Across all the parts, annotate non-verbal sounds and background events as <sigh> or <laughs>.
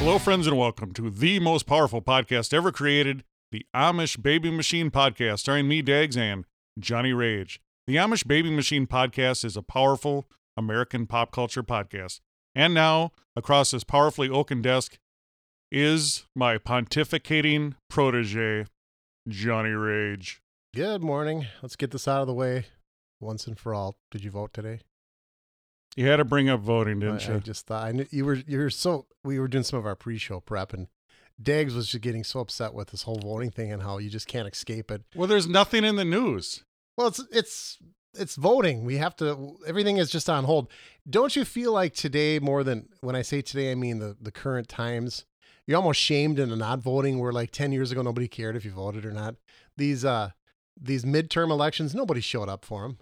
Hello, friends, and welcome to the most powerful podcast ever created, the Amish Baby Machine Podcast, starring me, Dags, and Johnny Rage. The Amish Baby Machine Podcast is a powerful American pop culture podcast. And now, across this powerfully oaken desk, is my pontificating protege, Johnny Rage. Good morning. Let's get this out of the way once and for all. Did you vote today? You had to bring up voting, I, didn't I you? just thought I knew you were you were so we were doing some of our pre-show prep and Dags was just getting so upset with this whole voting thing and how you just can't escape it. Well, there's nothing in the news. Well, it's it's it's voting. We have to everything is just on hold. Don't you feel like today more than when I say today I mean the the current times you're almost shamed into not voting where like 10 years ago nobody cared if you voted or not. These uh these midterm elections nobody showed up for them.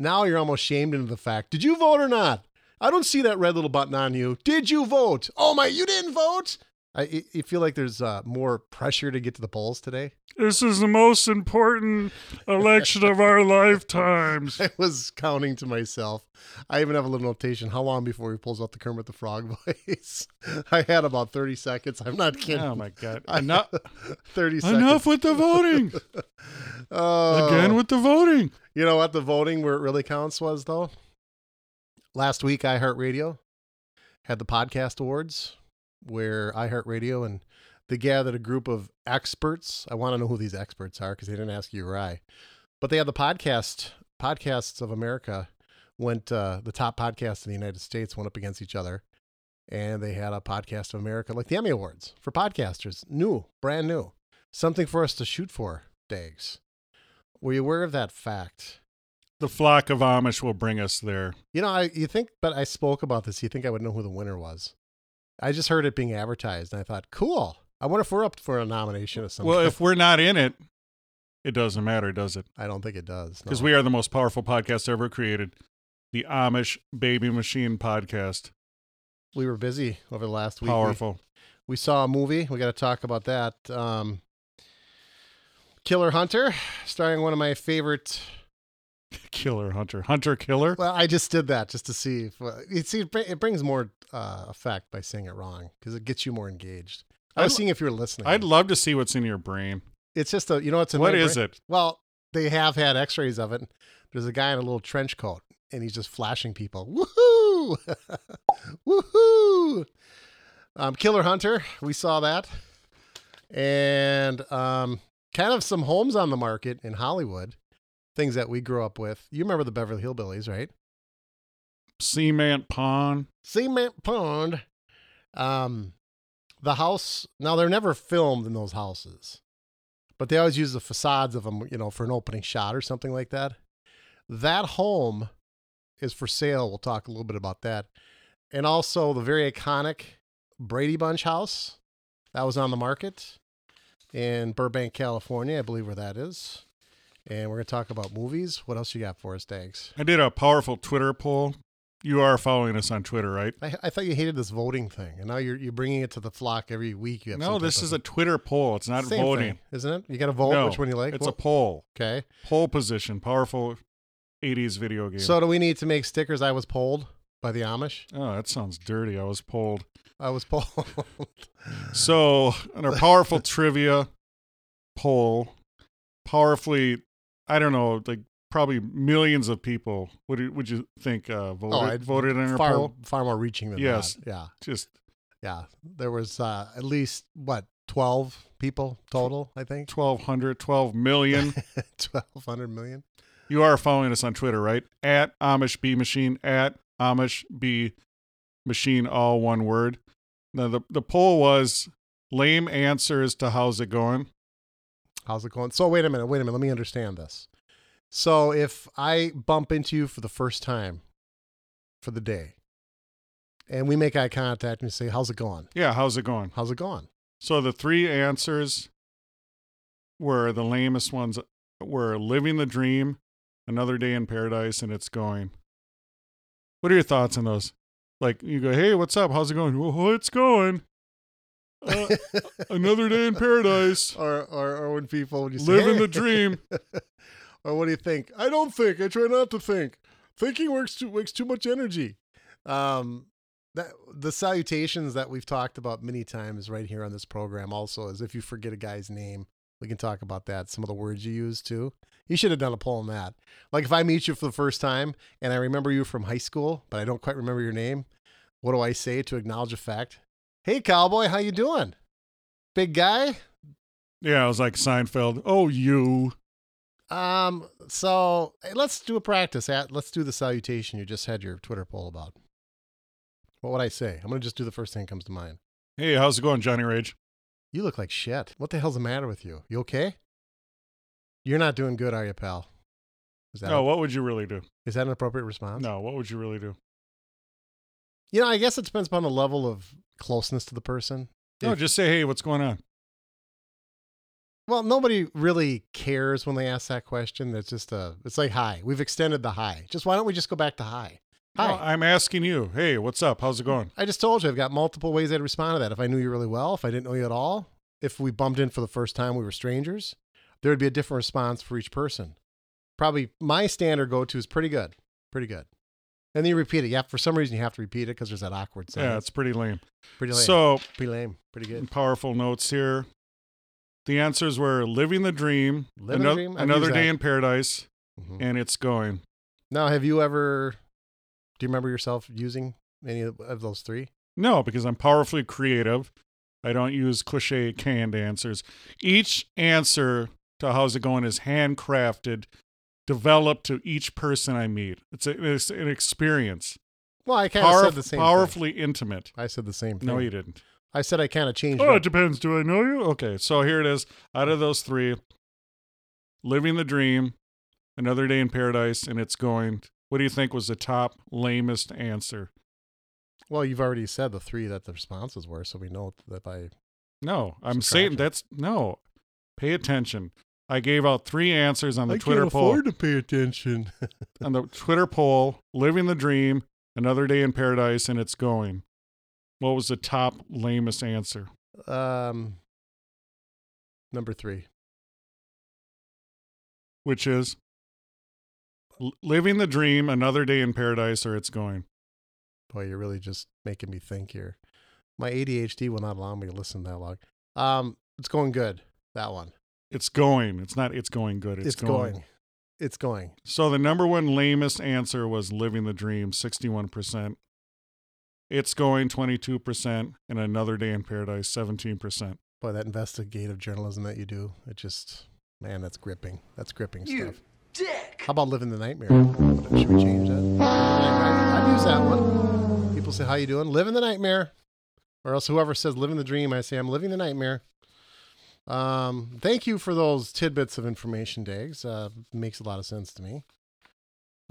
Now you're almost shamed into the fact, did you vote or not? I don't see that red little button on you. Did you vote? Oh my, you didn't vote? I you- you feel like there's uh, more pressure to get to the polls today. This is the most important election of <laughs> our lifetimes. <laughs> I was counting to myself. I even have a little notation. How long before he pulls out the Kermit the Frog <laughs> voice? I had about 30 seconds. I'm not kidding. Oh my <laughs> god! <laughs> I- Enough, 30 seconds. enough with the <laughs> voting. Oh. Again with the voting. you know what the voting where it really counts was, though? Last week, iHeartRadio had the podcast awards where iHeartRadio and they gathered a group of experts. I want to know who these experts are because they didn't ask you or I. But they had the podcast, Podcasts of America went, uh, the top podcasts in the United States went up against each other. And they had a Podcast of America, like the Emmy Awards for podcasters, new, brand new. Something for us to shoot for, Dags. Were you aware of that fact? The flock of Amish will bring us there. You know, I you think, but I spoke about this. You think I would know who the winner was? I just heard it being advertised, and I thought, cool. I wonder if we're up for a nomination of some. Well, kind. if we're not in it, it doesn't matter, does it? <laughs> I don't think it does, Because no. we are the most powerful podcast ever created, the Amish Baby Machine Podcast. we were busy over the last week. We- Powerful. <laughs> We, saw a movie. We got to talk about that. Um, Killer Hunter, starring one of my favorite. Killer Hunter. Hunter Killer. Well, I just did that just to see if uh, you see it br- it brings more uh, effect by saying it wrong because it gets you more engaged. I was I'd- seeing if you were listening. I'd love to see what's in your brain. it's just a you know it's What is it? Well, they have had X-rays of it. There's a guy in a little trench coat, and he's just flashing people. Woohoo! <laughs> Woohoo! Um, Killer Hunter, we saw that, and um, kind of some homes on the market in Hollywood, things that we grew up with. You remember the Beverly Hillbillies, right? Cement Pond. Cement Pond. Um, the house. Now they're never filmed in those houses, but they always use the facades of them, you know, for an opening shot or something like that. That home is for sale. We'll talk a little bit about that, and also the very iconic Brady Bunch house that was on the market in Burbank, California, I believe, where that is. And we're gonna talk about movies. What else you got for us, Dags? I did a powerful Twitter poll. You are following us on Twitter, right? I, I thought you hated this voting thing, and now you're you're bringing it to the flock every week. You have some No, type this of- is a Twitter poll. It's not Same voting. thing, isn't it? You got to vote No, which one you like. It's Well, a poll. okay. Pole position, powerful 80s video game. So do we need to make stickers? I was polled by the Amish. oh, that sounds dirty. I was polled. I was polled. <laughs> So, in our powerful trivia poll, powerfully, I don't know, like probably millions of people. What do you- would you think uh, voted Oh, I- voted in our far poll? far more reaching than Yes. that. Yeah, Just yeah. There was uh, at least what twelve people total. I think 1,200, 12 million. <laughs> twelve hundred million. you are following us on Twitter, right? At Amish B Machine, at Amish B machine, all one word. Now, the, the poll was lame answers to how's it going? How's it going? So wait a minute, wait a minute. Let me understand this. So if I bump into you for the first time for the day, and we make eye contact and you say, "How's it going? Yeah, how's it going? How's it going?" So the three answers were the lamest ones were living the dream, another day in paradise, and it's going. What are your thoughts on those? Like you go, hey, what's up? How's it going? Well, it's going. Uh, another day in paradise. Or, or, or when people when you say, Living the "Hey." dream. <laughs> or what do you think? I don't think. I try not to think. Thinking works too wakes too much energy. Um, that the salutations that we've talked about many times right here on this program also is if you forget a guy's name, we can talk about that. Some of the words you use too. You should have done a poll on that. Like if I meet you for the first time and I remember you from high school, but I don't quite remember your name, what do I say to acknowledge a fact? Hey cowboy, how you doing? Big guy? Yeah, I was like Seinfeld. Oh, you. Um, so hey, let's do a practice at let's do the salutation you just had your Twitter poll about. What would I say? I'm gonna just do the first thing that comes to mind. Hey, how's it going, Johnny Rage? You look like shit. What the hell's the matter with you? You okay? You're not doing good, are you, pal? Is that No, what would you really do? is that an appropriate response? No, what would you really do? You know, I guess it depends upon the level of closeness to the person. No, If- just say, hey, what's going on? Well, nobody really cares when they ask that question. That's just a it's like hi. We've extended the hi. Just why don't we just go back to hi? Hi. Hmm. Well, I'm asking you, hey, what's up? How's it going? I just told you I've got multiple ways I'd respond to that. If I knew you really well, if I didn't know you at all, if we bumped in for the first time, we were strangers, there would be a different response for each person. Probably my standard go to is pretty good, pretty good. And then you repeat it. Yeah, for some reason you have to repeat it because there's that awkward Yeah, silence. it's pretty lame. pretty lame. So, pretty lame. Pretty good. powerful notes here. The answers were living the dream, Living the ano- dream? I've used another that. day in paradise, Mhm. and it's going. Now, have you ever? Do you remember yourself using any of- of those three? No, because I'm powerfully creative. I don't use cliche canned answers. Each answer to how's it going is handcrafted, developed to each person I meet. It's, a, it's an experience. Well, I kind of Powerf- said the same. Thing. powerfully intimate. I said the same thing. No, you didn't. I said I kind of changed. Oh, my- it depends. Do I know you? Okay, so here it is. Out of those three, living the dream, another day in paradise, and it's going. What do you think was the top lamest answer? Well, you've already said the three that the responses were, so we know that by No, I'm saying Subtraction. that's no. Pay attention. I gave out three answers on the Twitter poll. to pay attention. <laughs> On the Twitter poll, living the dream, another day in paradise, and it's going. What was the top lamest answer? um, number three. Which is l- living the dream, another day in paradise, or it's going. Boy, you're really just making me think here. My ADHD will not allow me to listen that long. Um, it's going good. That one. It's going. It's not. It's going good. It's, going. It's going. So the number one lamest answer was living the dream, sixty-one percent. It's going twenty-two percent, and another day in paradise, seventeen percent. Boy, that investigative journalism that you do, it just, man, that's gripping. That's gripping stuff. Dick. How about living the nightmare? Should we change that? I, I, I'd use that one. People say, "How you doing?" Living the nightmare, or else whoever says "living the dream," I say, "I'm living the nightmare." Um, thank you for those tidbits of information, Diggs. Uh, makes a lot of sense to me.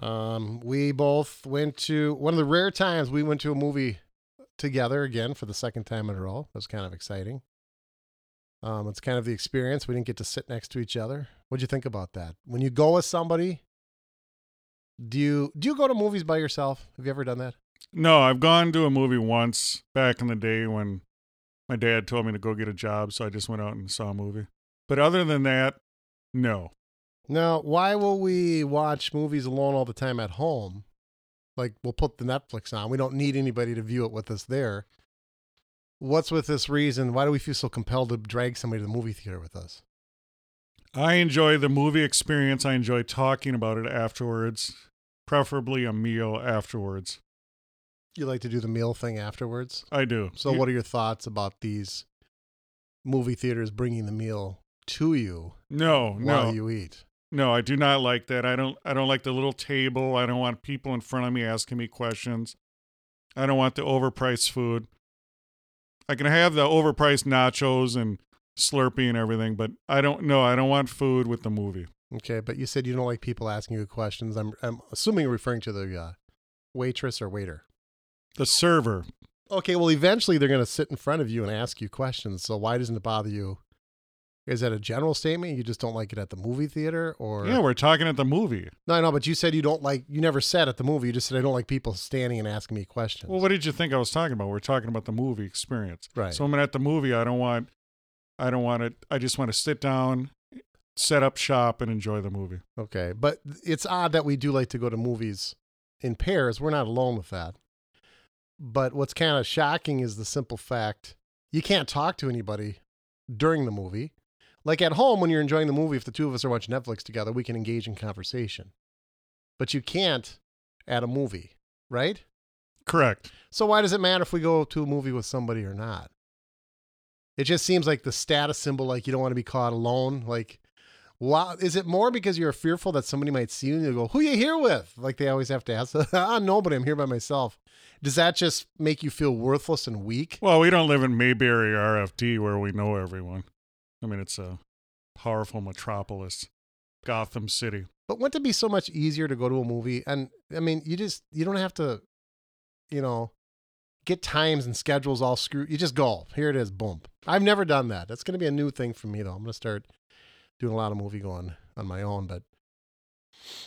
Um, we both went to one of the rare times we went to a movie together again for the second time in a row. That was kind of exciting. Um, it's kind of the experience. We didn't get to sit next to each other. What'd you think about that? When you go with somebody, do you do you go to movies by yourself? Have you ever done that? No, I've gone to a movie once back in the day when my dad told me to go get a job, so I just went out and saw a movie. But other than that, no. Now, why will we watch movies alone all the time at home? Like we'll put the Netflix on. We don't need anybody to view it with us there. What's with this reason? Why do we feel so compelled to drag somebody to the movie theater with us? I enjoy the movie experience. I enjoy talking about it afterwards, preferably a meal afterwards. You like to do the meal thing afterwards. I do. So, what are your thoughts about these movie theaters bringing the meal to you No, no, while you eat? no. I do not like that. I don't. I don't like the little table. I don't want people in front of me asking me questions. I don't want the overpriced food. I can have the overpriced nachos and Slurpee and everything, but I don't know. I don't want food with the movie. Okay, but you said you don't like people asking you questions. I'm I'm assuming you're referring to the uh, waitress or waiter. The server. Okay, well, eventually they're going to sit in front of you and ask you questions. So why doesn't it bother you? Is that a general statement? You just don't like it at the movie theater, or Yeah, we're talking at the movie. no, I know, but you said you don't like. You never said at the movie. You just said I don't like people standing and asking me questions. Well, what did you think I was talking about? We're talking about the movie experience. Right. So I'm at the movie. I don't want. I don't want it. I just want to sit down, set up shop, and enjoy the movie. Okay, but th- it's odd that we do like to go to movies in pairs. We're not alone with that. But what's kind of shocking is the simple fact you can't talk to anybody during the movie. Like at home, when you're enjoying the movie, if the two of us are watching Netflix together, we can engage in conversation. But you can't at a movie, right? Correct. So why does it matter if we go to a movie with somebody or not? It just seems like the status symbol, like you don't want to be caught alone. Like, wow, is it more because you're fearful that somebody might see you and you go, "Who you here with?" Like they always have to ask, <laughs> "Ah, nobody. I'm here by myself." Does that just make you feel worthless and weak? Well, we don't live in Mayberry RFD where we know everyone. I mean, it's a powerful metropolis, Gotham City. But wouldn't it be so much easier to go to a movie? And I mean, you just you don't have to, you know, get times and schedules all screwed. You just go. Here it is. Boom. I've never done that. That's going to be a new thing for me though. I'm going to start doing a lot of movie going on my own. But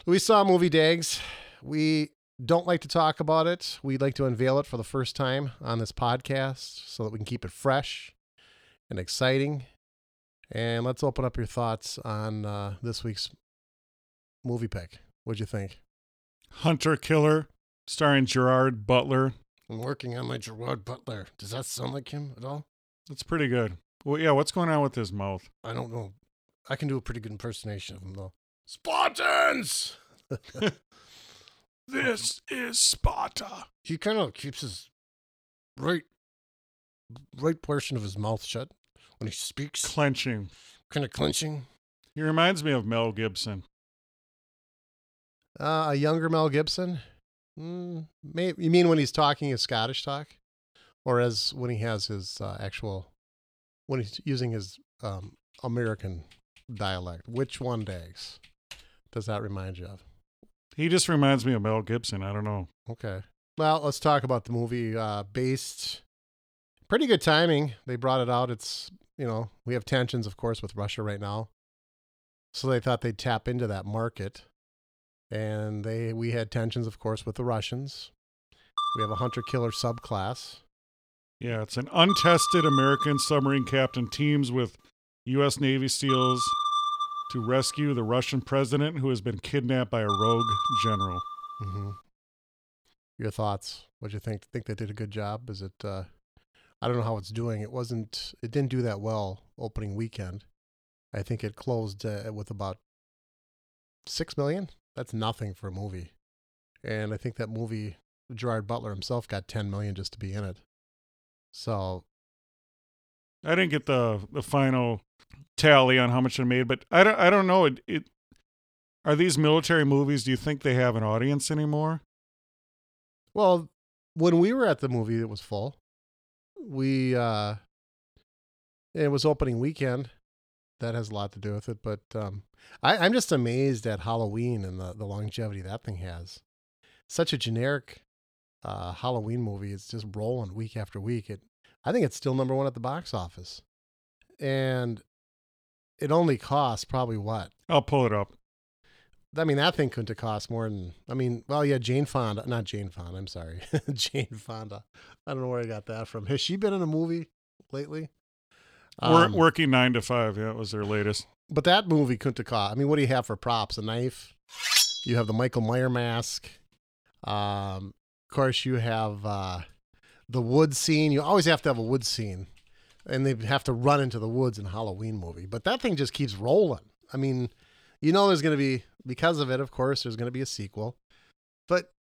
we saw movie dags. We don't like to talk about it. We'd like to unveil it for the first time on this podcast so that we can keep it fresh and exciting. And let's open up your thoughts on uh, this week's movie pick. What'd you think? Hunter Killer, starring Gerard Butler. I'm working on my Gerard Butler. Does that sound like him at all? That's pretty good. Well, yeah, what's going on with his mouth? I don't know. I can do a pretty good impersonation of him though. Spartans. <laughs> This is Sparta. He kind of keeps his right right portion of his mouth shut when he speaks. Clenching. Kind of clenching. He reminds me of Mel Gibson. Uh, a younger Mel Gibson. Mm, may, you mean when he's talking his Scottish talk, or as when he has his uh, actual when he's using his um, American dialect? Which one, Dags, does that remind you of? He just reminds me of Mel Gibson. I don't know. Okay. Well, let's talk about the movie. Uh, based, pretty good timing. They brought it out. It's you know we have tensions, of course, with Russia right now, so they thought they'd tap into that market, and they we had tensions, of course, with the Russians. We have a hunter killer subclass. Yeah, it's an untested American submarine captain teams with U.S. Navy SEALs to rescue the Russian president who has been kidnapped by a rogue general. Mm-hmm. Your thoughts? What'd you think? Think they did a good job? Is it? Uh, I don't know how it's doing. It wasn't. It didn't do that well opening weekend. I think it closed uh, with about six million. That's nothing for a movie, and I think that movie Gerard Butler himself got ten million just to be in it. So I didn't get the the final tally on how much it made, but I don't I don't know. It, it are these military movies? Do you think they have an audience anymore? Well, when we were at the movie, it was full. We uh it was opening weekend. That has a lot to do with it, but um I, I'm just amazed at Halloween and the, the longevity that thing has. Such a generic uh Halloween movie. It's just rolling week after week. It I think it's still number one at the box office. And it only costs probably what? I'll pull it up. I mean, that thing couldn't have cost more than. I mean, well, yeah, Jane Fonda, not Jane Fonda. I'm sorry, <laughs> Jane Fonda. I don't know where I got that from. Has she been in a movie lately? Wor- Um, working nine to five. Yeah, that was their latest. but that movie couldn't have cost. I mean, what do you have for props? A knife. You have the Michael Meyer mask. Um, of course, you have uh, the wood scene. You always have to have a wood scene, and they have to run into the woods in a Halloween movie. But that thing just keeps rolling. I mean, you know, there's going to be because of it. Of course, there's going to be a sequel. But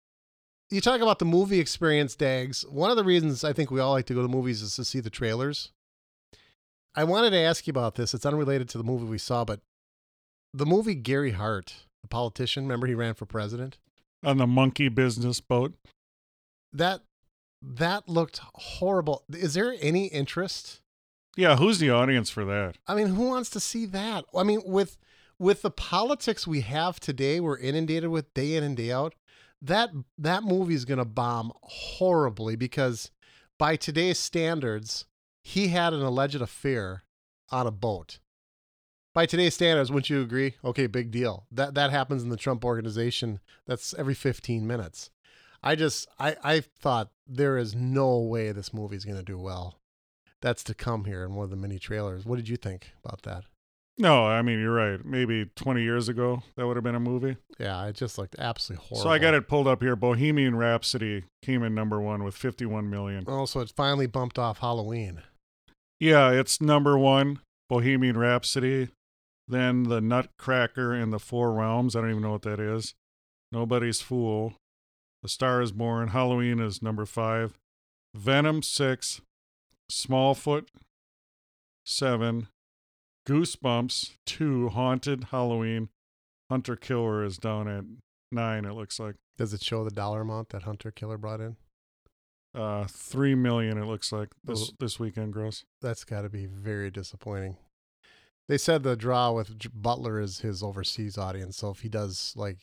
you talk about the movie experience, Dags. One of the reasons I think we all like to go to movies is to see the trailers. I wanted to ask you about this. It's unrelated to the movie we saw, but the movie Gary Hart, the politician, remember he ran for president? on the monkey business boat. That That looked horrible. Is there any interest? Yeah, who's the audience for that? I mean, who wants to see that? I mean, with with the politics we have today, we're inundated with day in and day out. That that movie is going to bomb horribly because by today's standards, he had an alleged affair on a boat. By today's standards, wouldn't you agree? Okay, big deal. That that happens in the Trump organization. That's every 15 minutes. I just I I thought there is no way this movie's going to do well. That's to come here in one of the mini trailers. What did you think about that? No, I mean you're right. Maybe 20 years ago that would have been a movie. Yeah, it just looked absolutely horrible. So I got it pulled up here. Bohemian Rhapsody came in number 1 with 51 million. Oh, so it finally bumped off Halloween. Yeah, it's number 1 Bohemian Rhapsody, then The Nutcracker and the Four Realms. I don't even know what that is. Nobody's Fool. The Star is Born. Halloween is number 5. Venom 6. Smallfoot 7. Goosebumps 2 Haunted Halloween. Hunter Killer is down at 9 it looks like. Does it show the dollar amount that Hunter Killer brought in? Uh 3 million it looks like this Oh. this weekend gross. That's got to be very disappointing. They said the draw with J- Butler is his overseas audience. So if he does like,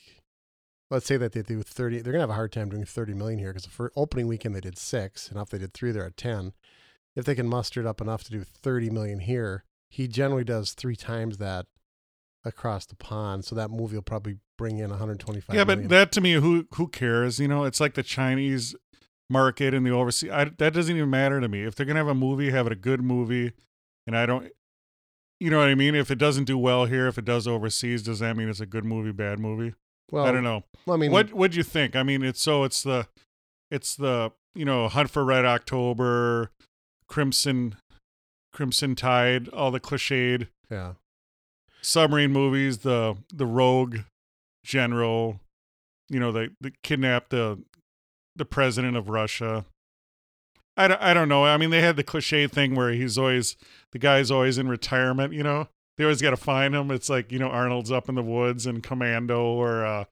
let's say that they do thirty, they're gonna have a hard time doing thirty million here because the fir- opening weekend they did six, and now if they did three, they're at ten. If they can muster it up enough to do thirty million here, he generally does three times that across the pond. So that movie will probably bring in one hundred twenty-five. yeah, but that to me who who cares, you know? It's like the Chinese market and the overseas I, that doesn't even matter to me. If they're going to have a movie, have it a good movie and I don't you know what I mean? If it doesn't do well here, if it does overseas, does that mean it's a good movie, bad movie? well, I don't know. I mean, what what do you think? I mean, it's so it's the it's the you know Hunt for Red October, Crimson, Crimson Tide, all the cliched Yeah, submarine movies, the the rogue general, you know, they, they kidnapped the the president of Russia. I don't, I don't know. I mean, they had the cliche thing where he's always the guy's always in retirement. You know, they always got to find him. It's like you know Arnold's up in the woods and Commando or uh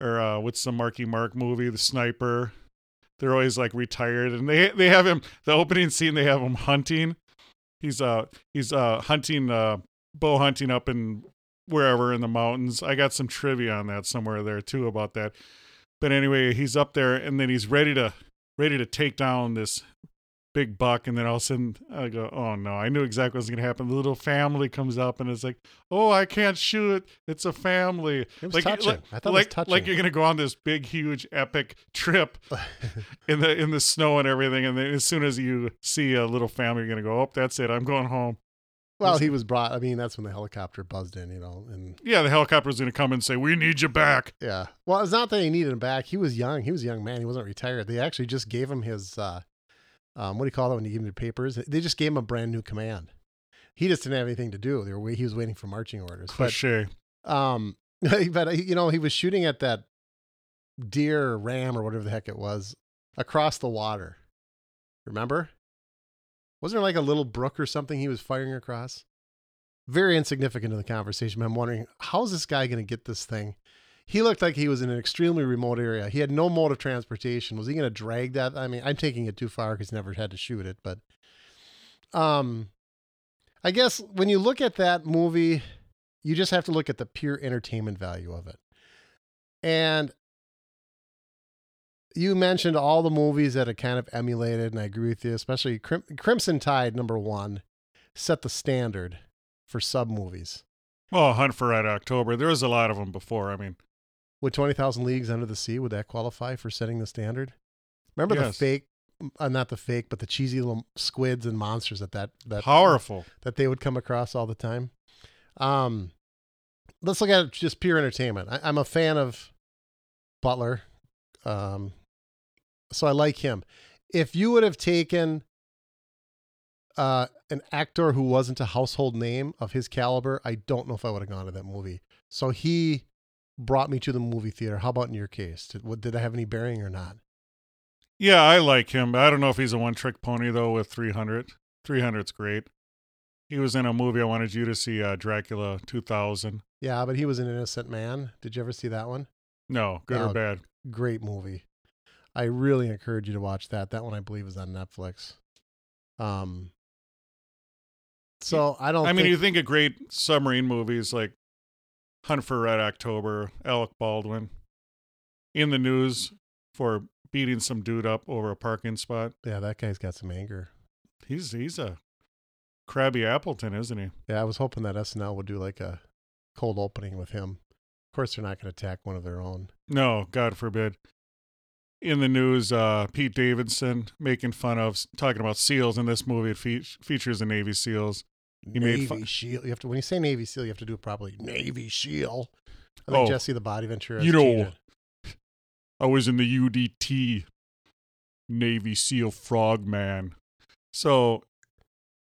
or uh what's the Marky Mark movie, The Sniper. They're always like retired, and they they have him. The opening scene, they have him hunting. He's uh he's uh hunting uh bow hunting up in wherever in the mountains. I got some trivia on that somewhere there too about that. But anyway, he's up there and then he's ready to ready to take down this big buck and then all of a sudden I go, Oh no, I knew exactly what was gonna happen. The little family comes up and it's like, Oh, I can't shoot. It's a family. It was like, touching. like- I thought it was like, touching. Like you're gonna go on this big, huge, epic trip <laughs> in the in the snow and everything, and then as soon as you see a little family, you're gonna go, Oh, that's it, I'm going home. well, he was brought. I mean, that's when the helicopter buzzed in, you know, and yeah, the helicopter's gonna come and say, "We need you back." Yeah. Well, it's not that he needed him back. He was young. He was a young man. He wasn't retired. They actually just gave him his uh um what do you call it when you give him your papers? They just gave him a brand new command. He just didn't have anything to do. They were wait, he was waiting for marching orders. But Cliche. um <laughs> but you know, he was shooting at that deer or ram or whatever the heck it was across the water. Remember? Wasn't there like a little brook or something he was firing across? Very insignificant to the conversation, but I'm wondering how's this guy going to get this thing? He looked like he was in an extremely remote area. He had no mode of transportation. Was he going to drag that? I mean, I'm taking it too far because never had to shoot it, but um, I guess when you look at that movie, you just have to look at the pure entertainment value of it. And you mentioned all the movies that it kind of emulated, and I agree with you, especially Crim- Crimson Tide, number one, set the standard for sub movies. Oh, Hunt for Red October. There was a lot of them before. I mean, Would 20,000 Leagues Under the Sea, would that qualify for setting the standard? Remember Yes. the fake, uh, not the fake, but the cheesy little squids and monsters that that, that powerful. that they would come across all the time. Um, let's look at it just pure entertainment. I, I'm a fan of Butler, um, so I like him. If you would have taken uh, an actor who wasn't a household name of his caliber, I don't know if I would have gone to that movie. So he brought me to the movie theater. How about in your case? Did, what, did I have any bearing or not? Yeah, I like him. I don't know if he's a one-trick pony though. With 300, 300's great. He was in a movie I wanted you to see, uh, Dracula 2000. Yeah, but he was an innocent man. Did you ever see that one? No, good No. or bad. great movie. I really encourage you to watch that. That one I believe is on Netflix. Um. So I don't. I mean, think- you think of great submarine movies like Hunt for Red October, Alec Baldwin, in the news for beating some dude up over a parking spot. yeah, that guy's got some anger. He's he's a crabby Appleton, isn't he? Yeah, I was hoping that SNL would do like a cold opening with him. Of course, they're not going to attack one of their own. No, God forbid. In the news, uh, Pete Davidson making fun of talking about seals in this movie. It fe- features the Navy SEALs. He made Navy fun- Seal. You have to when you say Navy Seal, you have to do it properly. Navy Seal. I Oh. think Jesse the Body Ventura. You has know- cheated. I was in the UDT, Navy SEAL Frogman. So,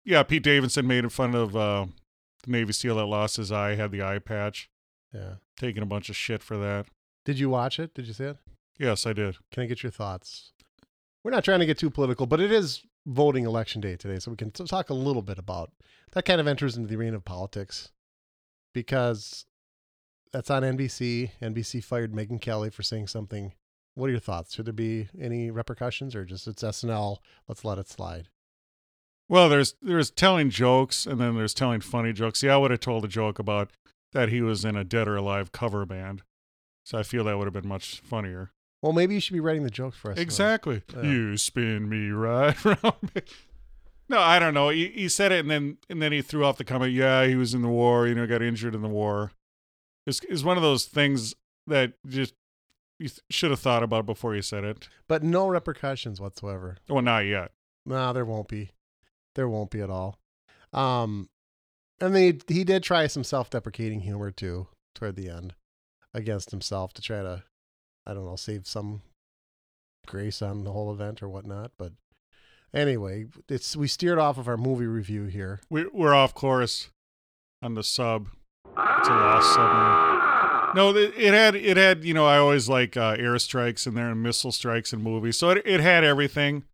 yeah, Pete Davidson made fun of uh, the Navy SEAL that lost his eye, had the eye patch, Yeah. taking a bunch of shit for that. Did you watch it? Did you see it? Yes, I did. Can I get your thoughts? We're not trying to get too political, but it is voting election day today, so we can t- talk a little bit about that. Kind of enters into the arena of politics because that's on NBC. NBC fired Megan Kelly for saying something. What are your thoughts? Should there be any repercussions, or just it's SNL? Let's let it slide. Well, there's there's telling jokes and then there's telling funny jokes. Yeah, I would have told a joke about that he was in a dead or alive cover band. So I feel that would have been much funnier. Well, maybe you should be writing the jokes for us. Exactly. Yeah. You spin me right <laughs> around. no, I don't know. He, he said it, and then and then he threw off the comment. Yeah, he was in the war. You know, got injured in the war. It's is one of those things that just you th- should have thought about before you said it. but no repercussions whatsoever. Well, not yet. No, there won't be. There won't be at all. Um, and they he did try some self-deprecating humor too toward the end against himself to try to, I don't know, save some grace on the whole event or whatnot. But anyway, it's we steered off of our movie review here. We, we're off course on the sub. It's a lost submarine. No, it, it had it had you know I always like uh, airstrikes in there and missile strikes in movies, so it, it had everything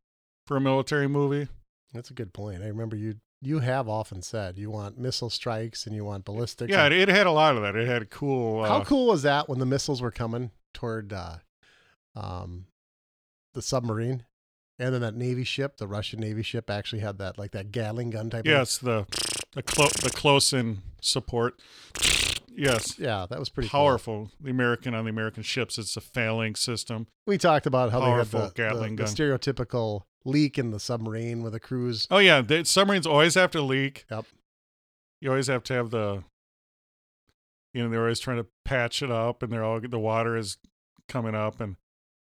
for a military movie. That's a good point. I remember you you have often said you want missile strikes and you want ballistics. Yeah, and- it, it had a lot of that. It had cool. Uh, How cool was that when the missiles were coming toward uh, um, the submarine? And then that Navy ship, the Russian Navy ship, actually had that like that Gatling gun type. of- Yes, the the clo- the close in support. Yes, yeah, that was pretty cool. powerful. The American on the American ships. It's a phalanx system. We talked about how Powerful they had the, the- Gatling the gun. stereotypical leak in the submarine with the crews. Oh yeah, the submarines always have to leak. Yep. You always have to have the. You know they're always trying to patch it up, and they're all the water is coming up, and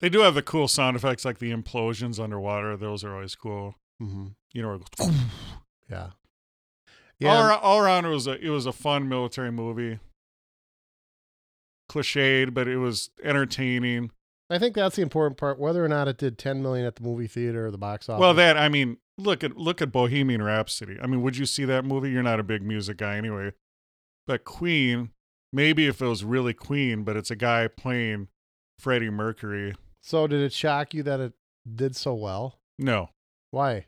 they do have the cool sound effects like the implosions underwater. Those are always cool. Mm-hmm. You know, Yeah, all, yeah. ar- all around it was a it was a fun military movie. Cliched, but it was entertaining. I think that's the important part. Whether or not it did 10 million at the movie theater or the box office. Well, that I mean, look at look at Bohemian Rhapsody. I mean, would you see that movie? You're not a big music guy anyway. But Queen, maybe if it was really Queen, but it's a guy playing Freddie Mercury. so did it shock you that it did so well? No, Why?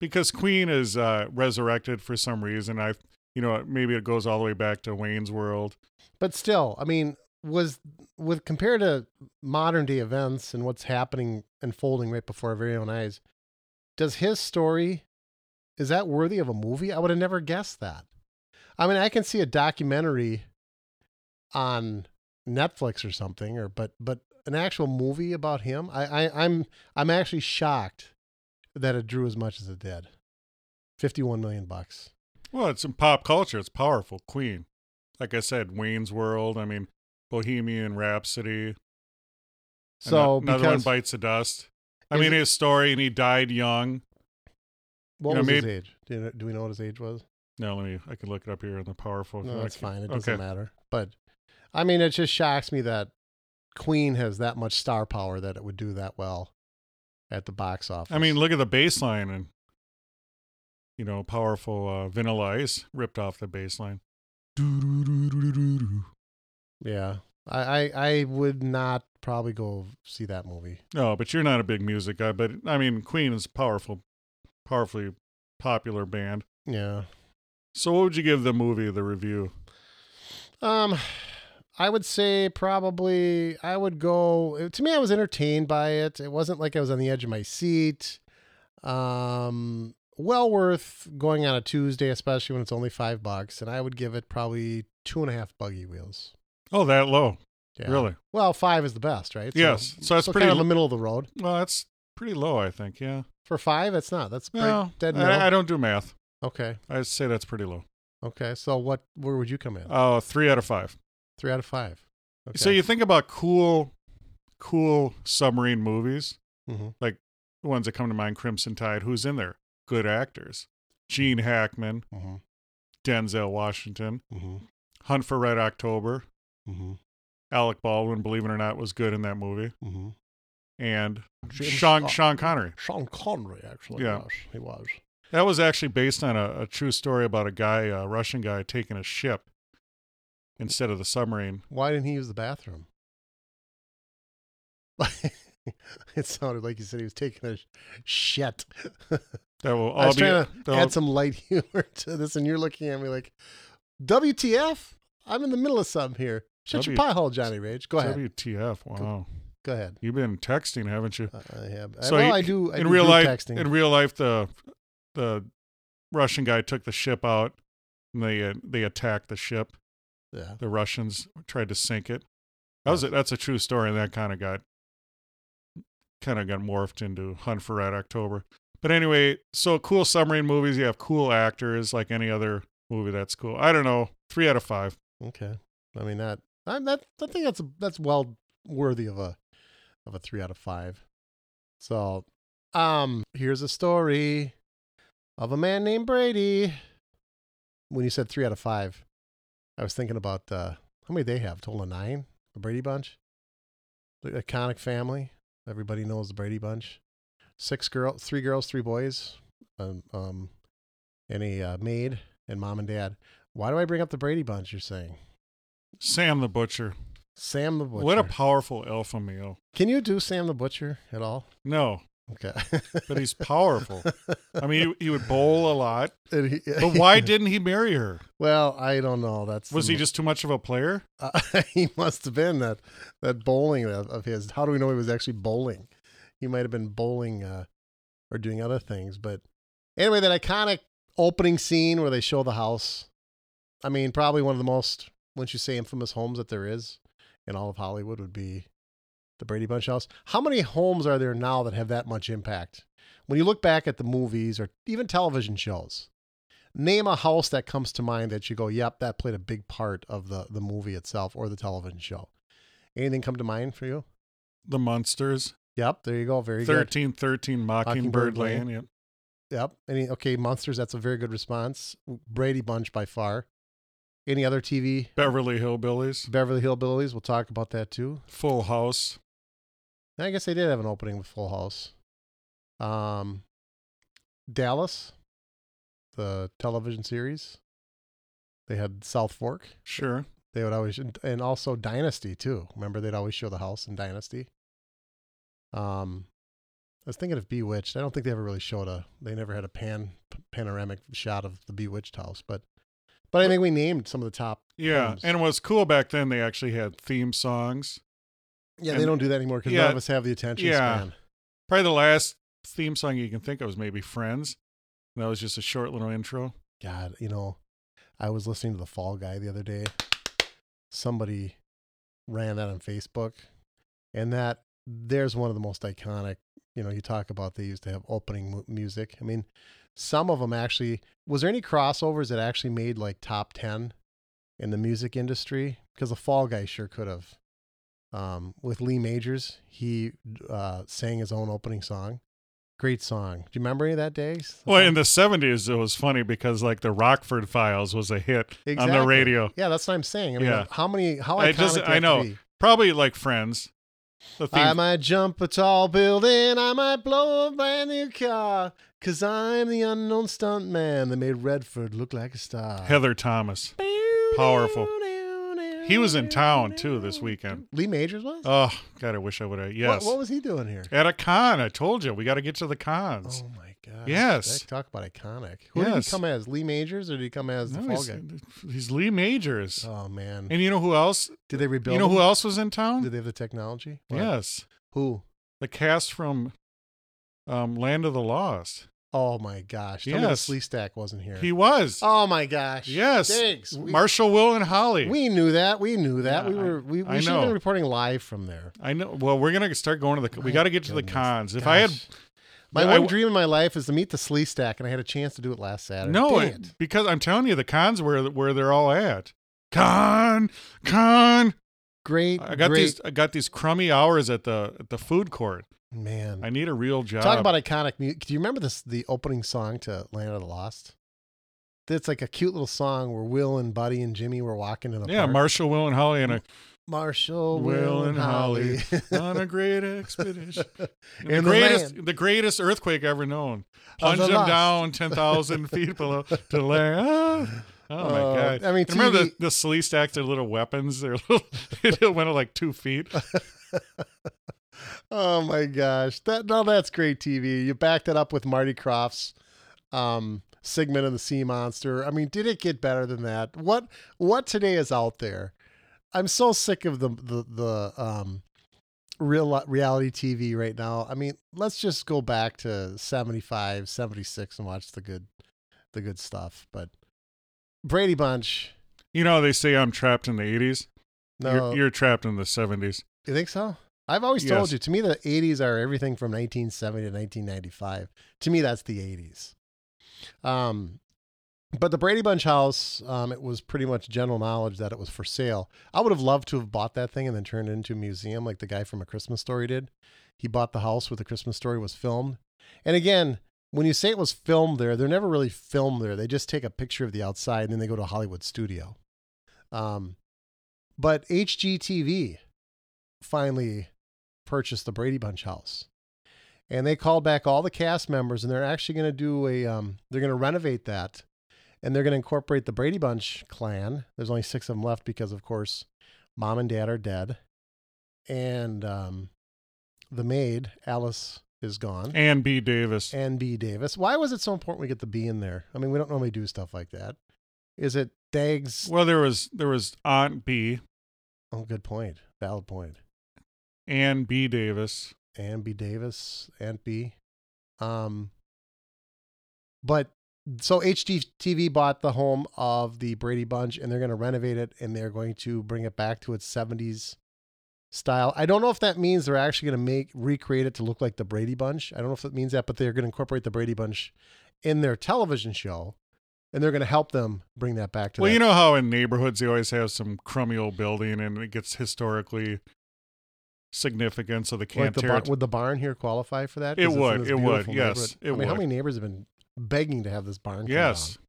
because Queen is uh, resurrected for some reason. I, you know, maybe it goes all the way back to Wayne's World. but still i mean was with compared to modern day events and what's happening unfolding right before our very own eyes does his story is that worthy of a movie i would have never guessed that i mean i can see a documentary on netflix or something or but but an actual movie about him i, I i'm i'm actually shocked that it drew as much as it did 51 million bucks Well, it's in pop culture. It's powerful. Queen, like I said, Wayne's World. I mean, Bohemian Rhapsody. so Ano- another one because bites the dust. I Is mean, it- his story, and he died young. what you know, was his maybe- age do, you know, do we know what his age was No, let me. I can look it up here on the powerful. No, I that's can- fine. It okay. doesn't matter. But I mean, it just shocks me that Queen has that much star power that it would do that well at the box office. I mean, look at the baseline and you know, powerful uh, Vanilla Ice ripped off the baseline. Doo-doo-doo-doo-doo-doo. yeah, I, I I would not probably go see that movie. No, but you're not a big music guy. But I mean, Queen is a powerful, powerfully popular band. Yeah. So, what would you give the movie the review? Um, I would say probably I would go. To me, I was entertained by it. It wasn't like I was on the edge of my seat. Um, well worth going on a Tuesday, especially when it's only five bucks. And I would give it probably two and a half buggy wheels. Oh, that low. Yeah. Really? Well, five is the best, right? Yes. So that's so pretty kind of l- the middle of the road Well, that's pretty low, I think. Yeah. for five. That's not. That's pretty No, dead middle. I, I don't do math. okay. I say that's pretty low. Okay. So what? Where would you come in? Oh, three out of five. Three out of five. Okay. So you think about cool, cool submarine movies, hmm the ones that come to mind: Crimson Tide. Who's in there? Good actors: Gene Hackman, hmm Denzel Washington, hmm Hunt for Red October. hmm Alec Baldwin, believe it or not, was good in that movie, hmm and James Sean Scott. Sean Connery. Sean Connery, actually. Yeah. Yes, he was. That was actually based on a, a true story about a guy, a Russian guy, taking a ship instead of the submarine. Why didn't he use the bathroom? <laughs> it sounded like you said he was taking a sh- shit. That will all I was be trying to that'll- add some light <laughs> humor to this, and you're looking at me like, WTF? I'm in the middle of something here. Shut your W- pie hole, Johnny Rage. Go ahead. WTF? Wow, Go ahead. you've been texting, haven't you? Uh, I have. So I, well, you- I do. I in do real group life, texting. in real life, the the Russian guy took the ship out, and they uh, they attacked the ship. yeah. The Russians tried to sink it. That was a, that's a true story, and that kind of got kind of got morphed into Hunt for Red October. But anyway, so cool submarine movies. You have cool actors, like any other movie that's cool. I don't know, three out of five. Okay. I mean that. I that. I think that's that's well worthy of a of a three out of five. So, um, here's a story of a man named Brady. When you said three out of five, I was thinking about uh, how many they have total of nine. The Brady Bunch, the iconic family. Everybody knows the Brady Bunch. Six girl, three girls, three boys, um, um, and a uh, maid, and mom and dad. Why do I bring up the Brady Bunch? You're saying Sam the Butcher. Sam the Butcher. What a powerful alpha male. Can you do Sam the Butcher at all? No, Okay. <laughs> but he's powerful. I mean, he, he would bowl a lot. And he- <laughs> But why didn't he marry her? Well, I don't know. That's Was the he mo- just too much of a player? Uh, <laughs> he must have been that that bowling of, of his. How do we know he was actually bowling? He might have been bowling uh, or doing other things. But anyway, that iconic opening scene where they show the house. I mean, probably one of the most once you say infamous homes that there is in all of Hollywood would be the Brady Bunch house. How many homes are there now that have that much impact? When you look back at the movies or even television shows, name a house that comes to mind that you go, yep, that played a big part of the, the movie itself or the television show. Anything come to mind for you? The Munsters, Yep, there you go. Very good. 1313 Mockingbird Mockingbird Lane. Lane. Yep. Yep. Any okay, Monsters, that's a very good response. Brady Bunch by far. Any other TV? Beverly Hillbillies, Beverly Hillbillies, we'll talk about that too. Full House. I guess they did have an opening with Full House. Um, Dallas, the television series. They had South Fork. Sure. They would always and- and also Dynasty too. Remember they'd always show the house in Dynasty. Um, I was thinking of Bewitched. I don't think they ever really showed a. They never had a pan p- panoramic shot of the Bewitched house, but but I think we named some of the top. Yeah. homes. And what's cool back then, they actually had theme songs. yeah, they and- don't do that anymore because yeah, none of us have the attention yeah. span. Probably the last theme song you can think of is maybe Friends. And that was just a short little intro. God, you know, I was listening to the Fall Guy the other day. Somebody ran that on Facebook, and that there's one of the most iconic. You know, you talk about they used to have opening mu- music. I mean, some of them actually. Was there any crossovers that actually made like top ten in the music industry? Because the Fall Guy sure could have. Um, with Lee Majors, he uh, sang his own opening song. Great song. Do you remember any of that day? Well, in the 70s, it was funny because like the Rockford Files was a hit on the Exactly. radio. Yeah, that's what I'm saying. I mean, Yeah. how many? How I iconic just- do you I have to know. be? Probably like Friends. The theme. I might jump a tall building. I might blow up my new car. Cause I'm the unknown stunt man that made Redford look like a star. Heather Thomas. Powerful. He was in town too this weekend. Lee Majors was. Oh, God, I wish I would have. What- Yes. What, was he doing here? At a con. I told you, we got to get to the cons. Oh my God, Yes. that- talk about iconic. Who did Yes. he come as? Lee Majors, or did he come as the No, fall he's, guy? he's Lee Majors. Oh man, And you know who else? did they rebuild? you know who him? else was in town? Did they have the technology? What? yes. Who? The cast from um, Land of the Lost. Oh my gosh! Tell me Yes. the Sleestack wasn't here. He was. oh my gosh! yes. Thanks. We, Marshall, Will, and Holly. we knew that. We knew that. Yeah, we I- were. We, we I should have know. been reporting live from there. I know. Well, we're gonna start going to the. We My got to get to the goodness. cons. If I had Gosh. my I one w- dream in my life is to meet the Sleestack, and I had a chance to do it last Saturday. no, Dang it- it. because I'm telling you, the cons where where they're all at. Con, con. great. I got great these. I got these crummy hours at the at the food court. man. I need a real job. Talk about iconic music. Do you remember this the opening song to Land of the Lost? It's like a cute little song where Will and Buddy and Jimmy were walking in the Yeah, park. Marshall, Will, and Holly, and a Marshall, Will and Holly <laughs> <laughs> on a great expedition. And the greatest, the greatest earthquake ever known. Plunge the them lost. down ten <laughs> thousand feet below to land. Oh my Uh, god! I mean, And remember the TV the sleeve stacked their little weapons. <laughs> Their little, it went up like two feet. <laughs> oh my gosh, that no, that's great TV. You backed it up with Marty Croft's um, Sigmund and the Sea Monster. I mean, did it get better than that? What what today is out there? I'm so sick of the the the um, real li- reality TV right now. I mean, let's just go back to 75, 76 and watch the good the good stuff. But Brady Bunch, You know, they say I'm trapped in the '80s. no, You're, you're trapped in the '70s. You think so? I've always Yes. told you. To me, the '80s are everything from 1970 to 1995. To me, that's the '80s. Um, but the Brady Bunch house, um, it was pretty much general knowledge that it was for sale. I would have loved to have bought that thing and then turned it into a museum, like the guy from A Christmas Story did. He bought the house where the Christmas Story was filmed. And again, when you say it was filmed there, they're never really filmed there. They just take a picture of the outside and then they go to a Hollywood studio. Um, but HGTV finally purchased the Brady Bunch house. And they called back all the cast members, and they're actually going to do a, um, they're going to renovate that, and they're going to incorporate the Brady Bunch clan. There's only six of them left because, of course, mom and dad are dead, and um, the maid Alice is gone, And B. Davis. and B Davis. Why was it so important we get the B in there? I mean, we don't normally do stuff like that. Is it Dag's? Well, there was there was Aunt B Oh, good point. Valid point. and B. Davis. and B Davis and B. Um, but so HGTV bought the home of the Brady Bunch and they're going to renovate it and they're going to bring it back to its 70s style. I don't know if that means they're actually going to make recreate it to look like the Brady Bunch. I don't know if it means that, but they're going to incorporate the Brady Bunch in their television show and they're going to help them bring that back to Well, that- you know how in neighborhoods they always have some crummy old building and it gets historically significant, so they can't like the tear bar- it. would the barn here qualify for that? 'Cause It it's in would, this it would, beautiful yes, neighborhood. it I mean, how would. many neighbors have been begging to have this barn? come yes, down?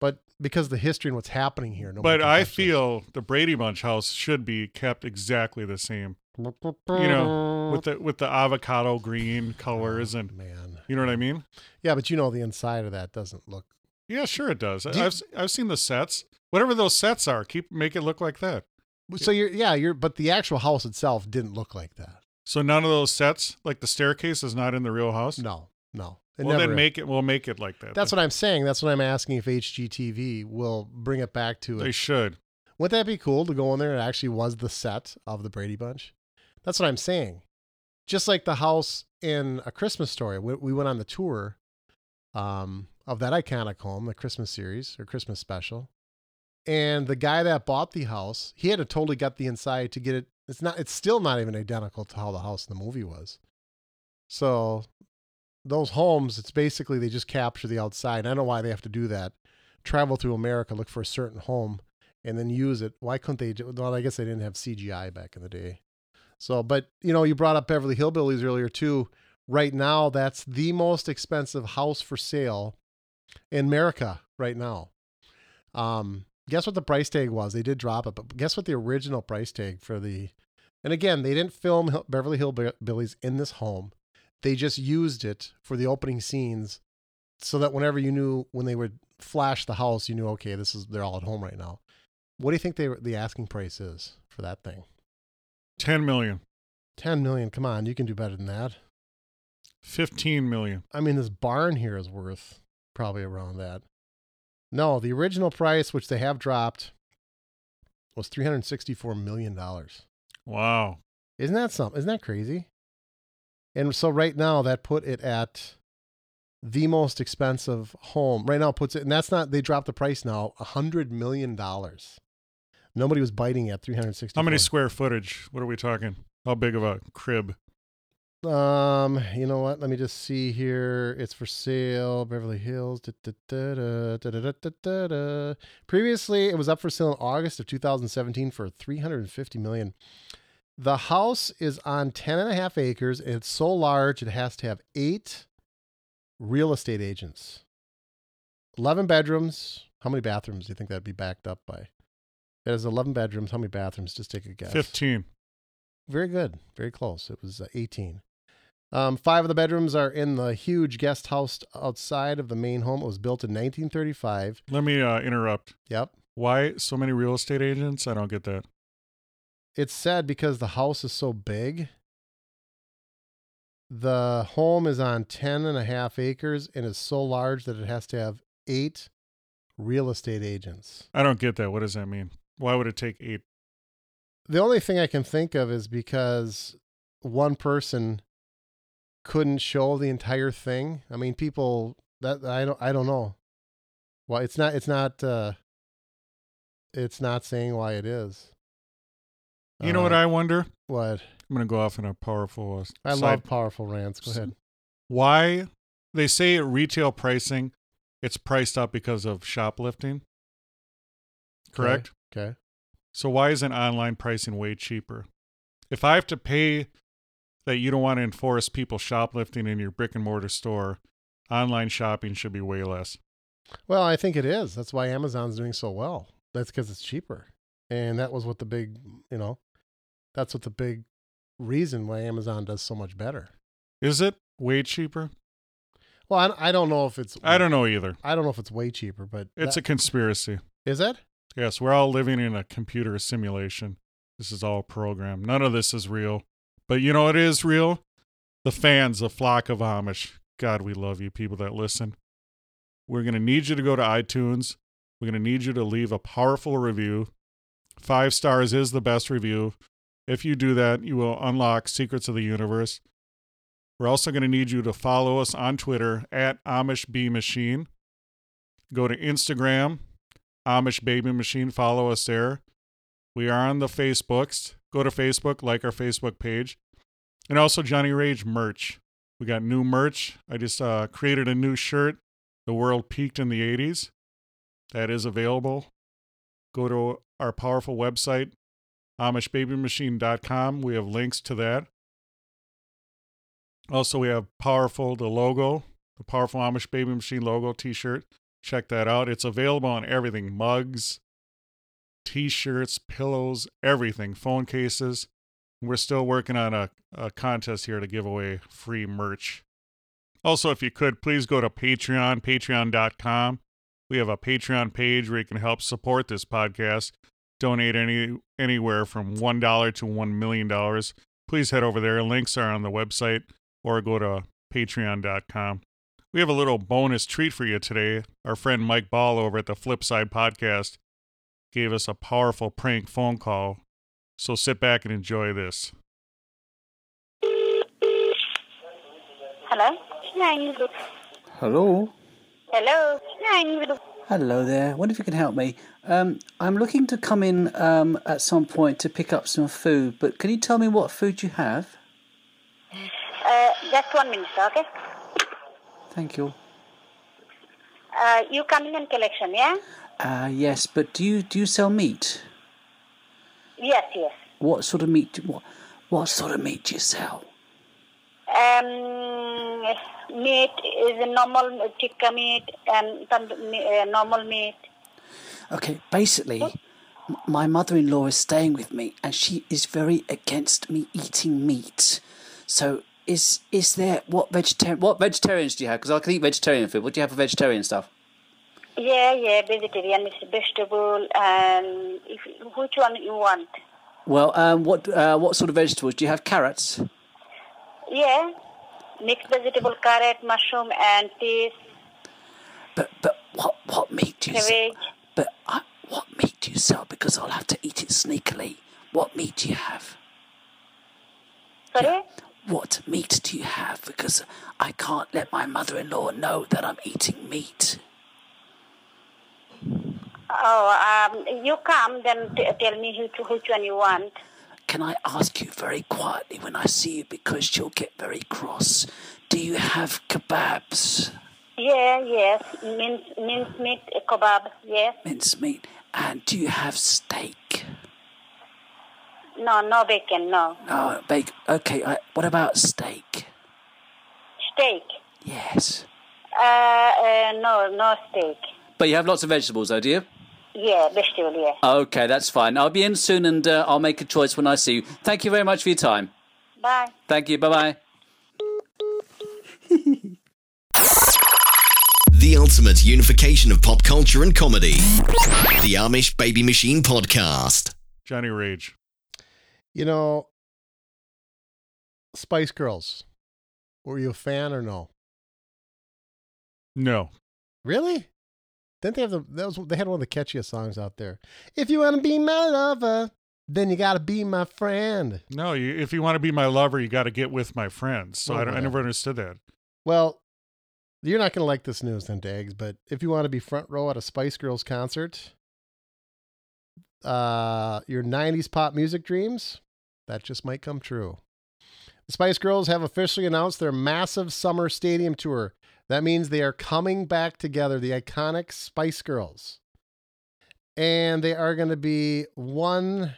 but because of the history and what's happening here, no. but I feel the Brady Bunch house should be kept exactly the same, you you know, with the with the avocado green colors and man. you know what I mean. Yeah, but you know the inside of that doesn't look. Yeah, sure it does. Do you- I've s- I've seen the sets. Whatever those sets are, keep make it look like that. So you're yeah you're but the actual house itself didn't look like that. So none of those sets, like the staircase, is not in the real house. No, no. It well, never then is. make it. We'll make it like that. That's what I'm saying. That's what I'm asking if HGTV will bring it back to they it. should. Wouldn't that be cool to go in there and it actually was the set of the Brady Bunch? That's what I'm saying. Just like the house in A Christmas Story, we, we went on the tour um, of that iconic home, the Christmas series or Christmas special. And the guy that bought the house, he had to totally gut the inside to get it. It's not. It's still not even identical to how the house in the movie was. So those homes, it's basically they just capture the outside. I don't know why they have to do that. Travel through America, look for a certain home, and then use it. Why couldn't they? do- Well, I guess they didn't have CGI back in the day. So, but you know, you brought up Beverly Hillbillies earlier too. Right now, that's the most expensive house for sale in America right now. Um, guess what the price tag was? They did drop it, but guess what the original price tag for the? And again, they didn't film Hill- Beverly Hillbillies in this home. They just used it for the opening scenes, so that whenever you knew when they would flash the house, you knew okay, this is they're all at home right now. What do you think they, the asking price is for that thing? Ten million. 10 million. Come on, you can do better than that. 15 million. I mean, this barn here is worth probably around that. No, the original price, which they have dropped, was three hundred sixty-four million dollars. Wow. Isn't that something? Isn't that crazy? And so right now, that put it at the most expensive home right now. Puts it, and that's not. They dropped the price now a hundred million dollars. Nobody was biting at three hundred sixty. How many square footage? What are we talking? How big of a crib? Um, you know what? Let me just see here. It's for sale, Beverly Hills. Da, da, da, da, da, da, da, da, da. Previously, it was up for sale in August of 2017 for 350 million. The house is on 10 and a half acres. and It's so large it has to have eight real estate agents. 11 bedrooms. How many bathrooms do you think that'd be backed up by? It has 11 bedrooms. How many bathrooms? Just take a guess. 15. Very good. Very close. It was uh, 18. Um, five of the bedrooms are in the huge guest house outside of the main home. It was built in 1935. Let me uh, interrupt. Yep. Why so many real estate agents? I don't get that. It's sad because the house is so big. The home is on 10 and a half acres and is so large that it has to have eight real estate agents. I don't get that. What does that mean? Why would it take eight? the only thing I can think of is because one person couldn't show the entire thing. I mean, people that I don't I don't know. Why it's not it's not uh it's not saying why it is. You know Uh, what I wonder? what I'm going to go off on a powerful uh, I side. love powerful rants. Go ahead. Why they say retail pricing, it's priced up because of shoplifting. Correct? Okay. So why isn't online pricing way cheaper? If I have to pay that you don't want to enforce people shoplifting in your brick and mortar store, online shopping should be way less. Well, I think it is. That's why Amazon's doing so well. That's because it's cheaper. And that was what the big, you know, that's what the big reason why Amazon does so much better. Is it way cheaper? Well, I, I don't know if it's I don't know either. I don't know if it's way cheaper, but It's a conspiracy. a is it? Yes, we're all living in a computer simulation. This is all programmed. None of this is real. But you know what is real? The fans, the flock of Amish. God, we love you, people that listen. We're going to need you to go to iTunes. We're going to need you to leave a powerful review. Five stars is the best review. If you do that, you will unlock secrets of the universe. We're also going to need you to follow us on Twitter at Amish B Machine. Go to Instagram, Amish Baby Machine. Follow us there. We are on the Facebooks. Go to Facebook, like our Facebook page, and also Johnny Rage merch. We got new merch. I just uh, created a new shirt. The world peaked in the 80s. That is available. Go to our powerful website, AmishBabyMachine.com. We have links to that. Also, we have Powerful, the logo, the Powerful Amish Baby Machine logo t shirt check that out. It's available on everything mugs, t shirts, pillows, everything, phone cases. We're still working on a, a contest here to give away free merch. Also, if you could, please go to Patreon, patreon.com. We have a Patreon page where you can help support this podcast. Donate any anywhere from one dollar to one million dollars. Please head over there. Links are on the website or go to patreon.com. We have a little bonus treat for you today. Our friend Mike Ball over at the Flipside Podcast gave us a powerful prank phone call. So sit back and enjoy this. Hello? Hello? Hello. Hello? Hello there. Wonder if you can help me. Um, I'm looking to come in um, at some point to pick up some food, but can you tell me what food you have? Uh, just one minute, okay? Thank you. Uh, you coming in collection, yeah? Uh, yes, but do you do you sell meat? Yes, yes. What sort of meat? do- What what sort of meat do you sell? Um, meat is a normal tikka meat and thand- uh, normal meat. Okay, basically, m- my mother-in-law is staying with me, and she is very against me eating meat. So, is is there what vegetarian what vegetarians do you have? Because I can eat vegetarian food. What do you have for vegetarian stuff? Yeah, yeah, vegetarian is vegetable. And if, which one you want? Well, um, what uh, what sort of vegetables do you have? Carrots. Yeah, mixed vegetable, carrot, mushroom, and peas, But but what what meat do you sell? cabbage. But I, what meat do you sell? Because I'll have to eat it sneakily. What meat do you have? Sorry? What meat do you have? Because I can't let my mother-in-law know that I'm eating meat. Oh, um, you come, then t- tell me which, which one you want. Can I ask you very quietly when I see you because she'll get very cross? Do you have kebabs, Yeah, yes, mince, mince meat, uh, kebab, yes. mincemeat, and do you have steak? No, no bacon, no. No, Oh, bake. Okay, I, what about steak? Steak. Yes. Uh, uh, no, no steak. But you have lots of vegetables, though, do you? Yeah, vegetable, yeah. Okay, that's fine. I'll be in soon and uh, I'll make a choice when I see you. Thank you very much for your time. Bye. Thank you. Bye bye. The ultimate unification of pop culture and comedy. The Amish Baby Machine Podcast. Johnny Rage. You know, Spice Girls. Were you a fan or no? No. Really? Didn't they have the that was they had one of the catchiest songs out there. If you wanna be my lover, then you gotta be my friend. No, you, if you want to be my lover, you got to get with my friends. So Oh, I, don't, I yeah. never understood that. Well, you're not gonna like this news then, Dags, but if you wanna be front row at a Spice Girls concert, uh your nineties pop music dreams, that just might come true. The Spice Girls have officially announced their massive summer stadium tour. That means they are coming back together, the iconic Spice Girls. And they are going to be one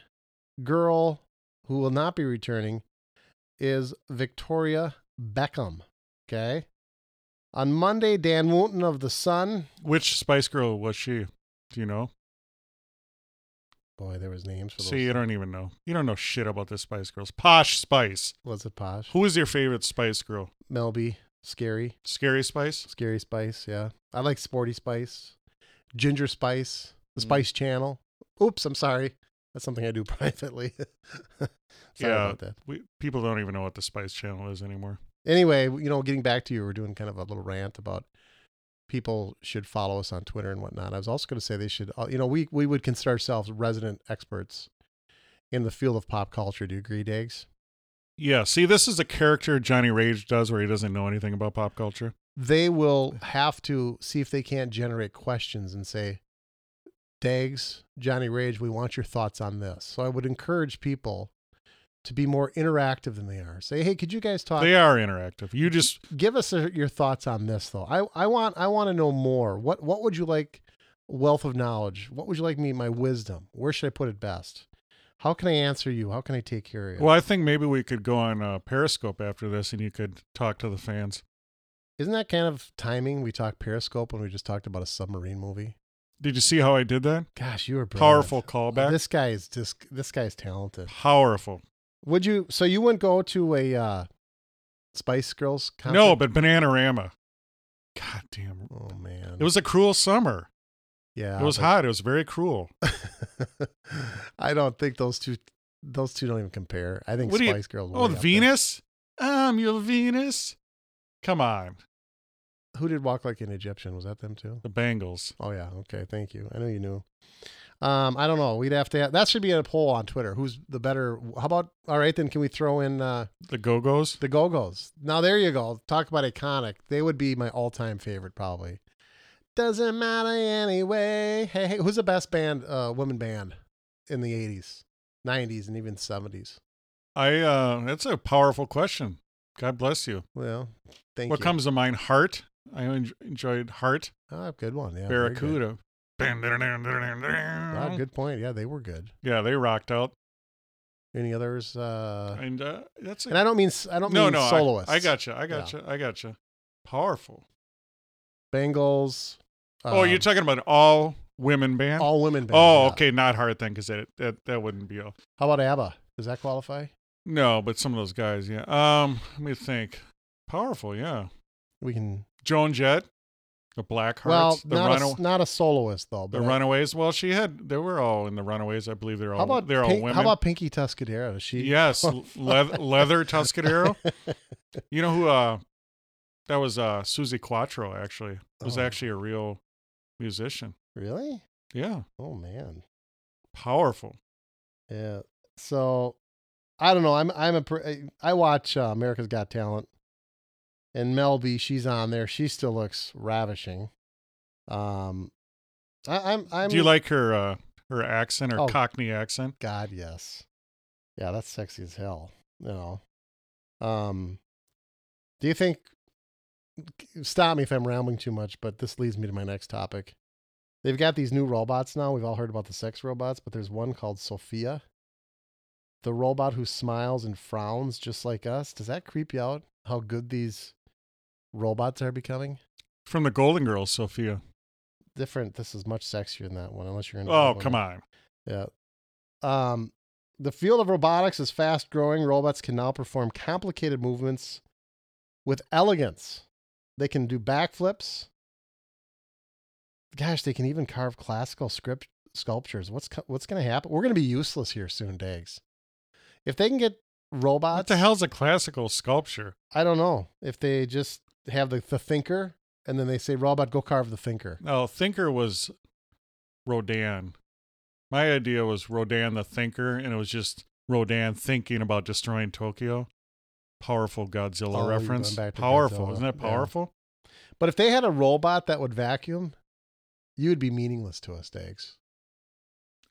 girl who will not be returning is Victoria Beckham. Okay. On Monday, Dan Wooten of The Sun. Which Spice Girl was she? Do you know? Boy, there was names for those. See, you don't even know. You don't know shit about the Spice Girls. Posh Spice. was it Posh? Who is your favorite Spice Girl? Melby. Scary. Scary Spice? Scary Spice, yeah. I like Sporty Spice, Ginger Spice, The Mm. Spice Channel. Oops, I'm sorry. That's something I do <laughs> privately. sorry about that. We, people don't even know what the Spice Channel is anymore. Anyway, you know, getting back to you, we're doing kind of a little rant about people should follow us on Twitter and whatnot. I was also going to say they should, uh, you know, we we would consider ourselves resident experts in the field of pop culture. Do you agree, Diggs? Yeah, see, this is a character Johnny Rage does where he doesn't know anything about pop culture. they will have to see if they can't generate questions and say, Dags, Johnny Rage, we want your thoughts on this. So I would encourage people to be more interactive than they are. Say, hey, could you guys talk? They are interactive. You just, Give us uh, your thoughts on this, though. I, I want I want to know more. What what would you like? Wealth of knowledge. What would you like me? My wisdom. Where should I put it best? How can I answer you? How can I take care of you? well, I think maybe we could go on uh, Periscope after this and you could talk to the fans. Isn't that kind of timing? We talked Periscope when we just talked about a submarine movie. Did you see how I did that? Gosh, you were brilliant. Powerful callback. This guy is just this guy's talented. Powerful. Would you? So you wouldn't go to a uh, Spice Girls concert? No, but Bananarama. God damn. oh man, It was a cruel summer. yeah, It was but- <laughs> hot. It was very cruel. I don't think those two those two don't even compare. I think What do you- Spice Girls. way Oh, up there. Venus? I'm your Venus. Come on. Who did walk like an Egyptian? Was that them too? The Bengals. Oh yeah. Okay. Thank you. I know you knew. Um, I don't know. We'd have to. Have, that should be a poll on Twitter. Who's the better? How about? All right, then. Can we throw in uh, The Go Go's. the Go Go's? Now there you go. Talk about iconic. They would be my all-time favorite, probably. Doesn't matter anyway. Hey, hey who's the best band? Uh, women band in the '80s, '90s, and even '70s. I uh that's a powerful question. God bless you. Well, thank what you. comes to mind? Heart. I en- enjoyed Heart. Oh, good one. Yeah, very good. Barracuda. Mm-hmm. Wow, good point. Yeah, they were good. Yeah, they rocked out. Any others? Uh, And uh, that's it. and I don't mean s- I don't no, mean no, I- soloists. I, gotcha. I gotcha. I gotcha. Powerful. Bengals. oh, you're talking about an all women band? Um, all women band. oh, yeah. okay, not hard then, because that, that that wouldn't be all. How about ABBA? Does that qualify? No, but some of those guys, yeah. Um, let me think. Powerful, yeah. We can. Joan Jett. The Black well, Hearts, the not Rhino, a, not a soloist though. the but I- Runaways. Well, she had. They were all in the Runaways. I believe they're all. How about they're all Pink- women. How about Pinky Tuscadero? Is She <laughs> yes, le- leather Tuscadero. You know who? uh That was uh Susie Quattro. Actually, was Oh. actually a real musician. <laughs> really? Yeah, Oh man, powerful. yeah. So I don't know. I'm I'm a pr- I watch uh, America's Got Talent, and Mel B. She's on there. She still looks ravishing. Um, I, I'm I'm Do you like her uh her accent, her Oh. Cockney accent? God, yes. Yeah, that's sexy as hell. You know. Um do you think stop me if I'm rambling too much, but this leads me to my next topic. They've got these new robots now. We've all heard about the sex robots, but there's one called Sophia. The robot who smiles and frowns just like us. Does that creep you out how good these robots are becoming? From the Golden Girls, Sophia. Different. This is much sexier than that one unless you're in Oh, come on. yeah. Um, the field of robotics is fast growing. Robots can now perform complicated movements with elegance. They can do backflips. Gosh, they can even carve classical script sculptures. What's co- what's going to happen? We're going to be useless here soon, Dags. If they can get robots, What the hell's a classical sculpture? I don't know. If they just have the, the thinker and then they say, "Robot, go carve the thinker." No, Thinker was Rodin. My idea was Rodin the Thinker, and it was just Rodin thinking about destroying Tokyo. Powerful Godzilla Oh, you're reference. going back to Powerful. Godzilla. Isn't that Yeah. powerful? But if they had a robot that would vacuum, you would be meaningless to us, Dags.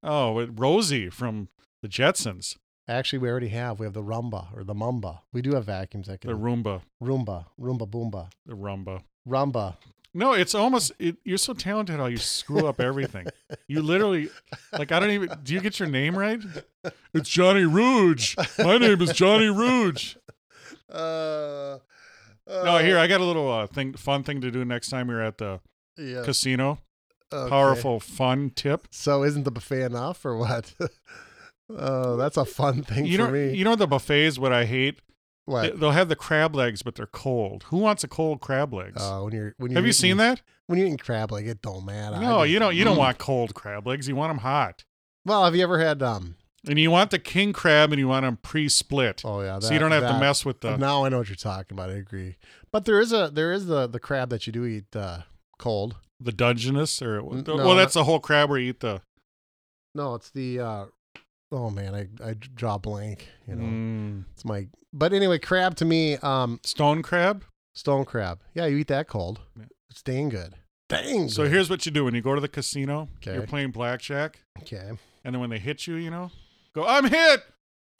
Oh, with Rosie from the Jetsons, Actually, we already have. We have the Rumba or the Mumba. We do have vacuums that can the Roomba, Roomba, Roomba, Boomba, the Rumba. Rumba. No, it's almost it, you're so talented how you screw up everything. you literally like I don't even do you get your name <laughs> right? It's Johnny Rouge. My name is Johnny Rouge. Uh, No, here I got a little uh, thing fun thing to do next time you're at the yeah, casino. okay. Powerful fun tip. So, isn't the buffet enough or what? <laughs> Oh, that's a fun thing You for know me. you know the buffets what I hate? They, what? will have the crab legs but they're cold. Who wants a cold crab legs? Uh, when you're when you're have you eating- seen that? When you're eating crab leg, it don't matter. I No, just- mm. you don't you don't want cold crab legs. You want them hot. Well, have you ever had um? And you want the king crab and you want them pre-split. Oh yeah, so you that- don't have to that- mess with the Now I know what you're talking about. I agree. But there is a there is the the crab that you do eat uh, cold. the Dungeness or N- the- no, well, not- that's the whole crab where you eat the. No, it's the uh oh man, I I draw a blank, you know. Mm. It's my but anyway, crab to me, um stone crab. stone crab. Yeah, you eat that cold. Yeah. It's dang good. Dang. So good. here's what you do when you go to the casino. You're Okay. playing blackjack, <laughs> Okay. <laughs> and then when they hit you, you know, go I'm hit,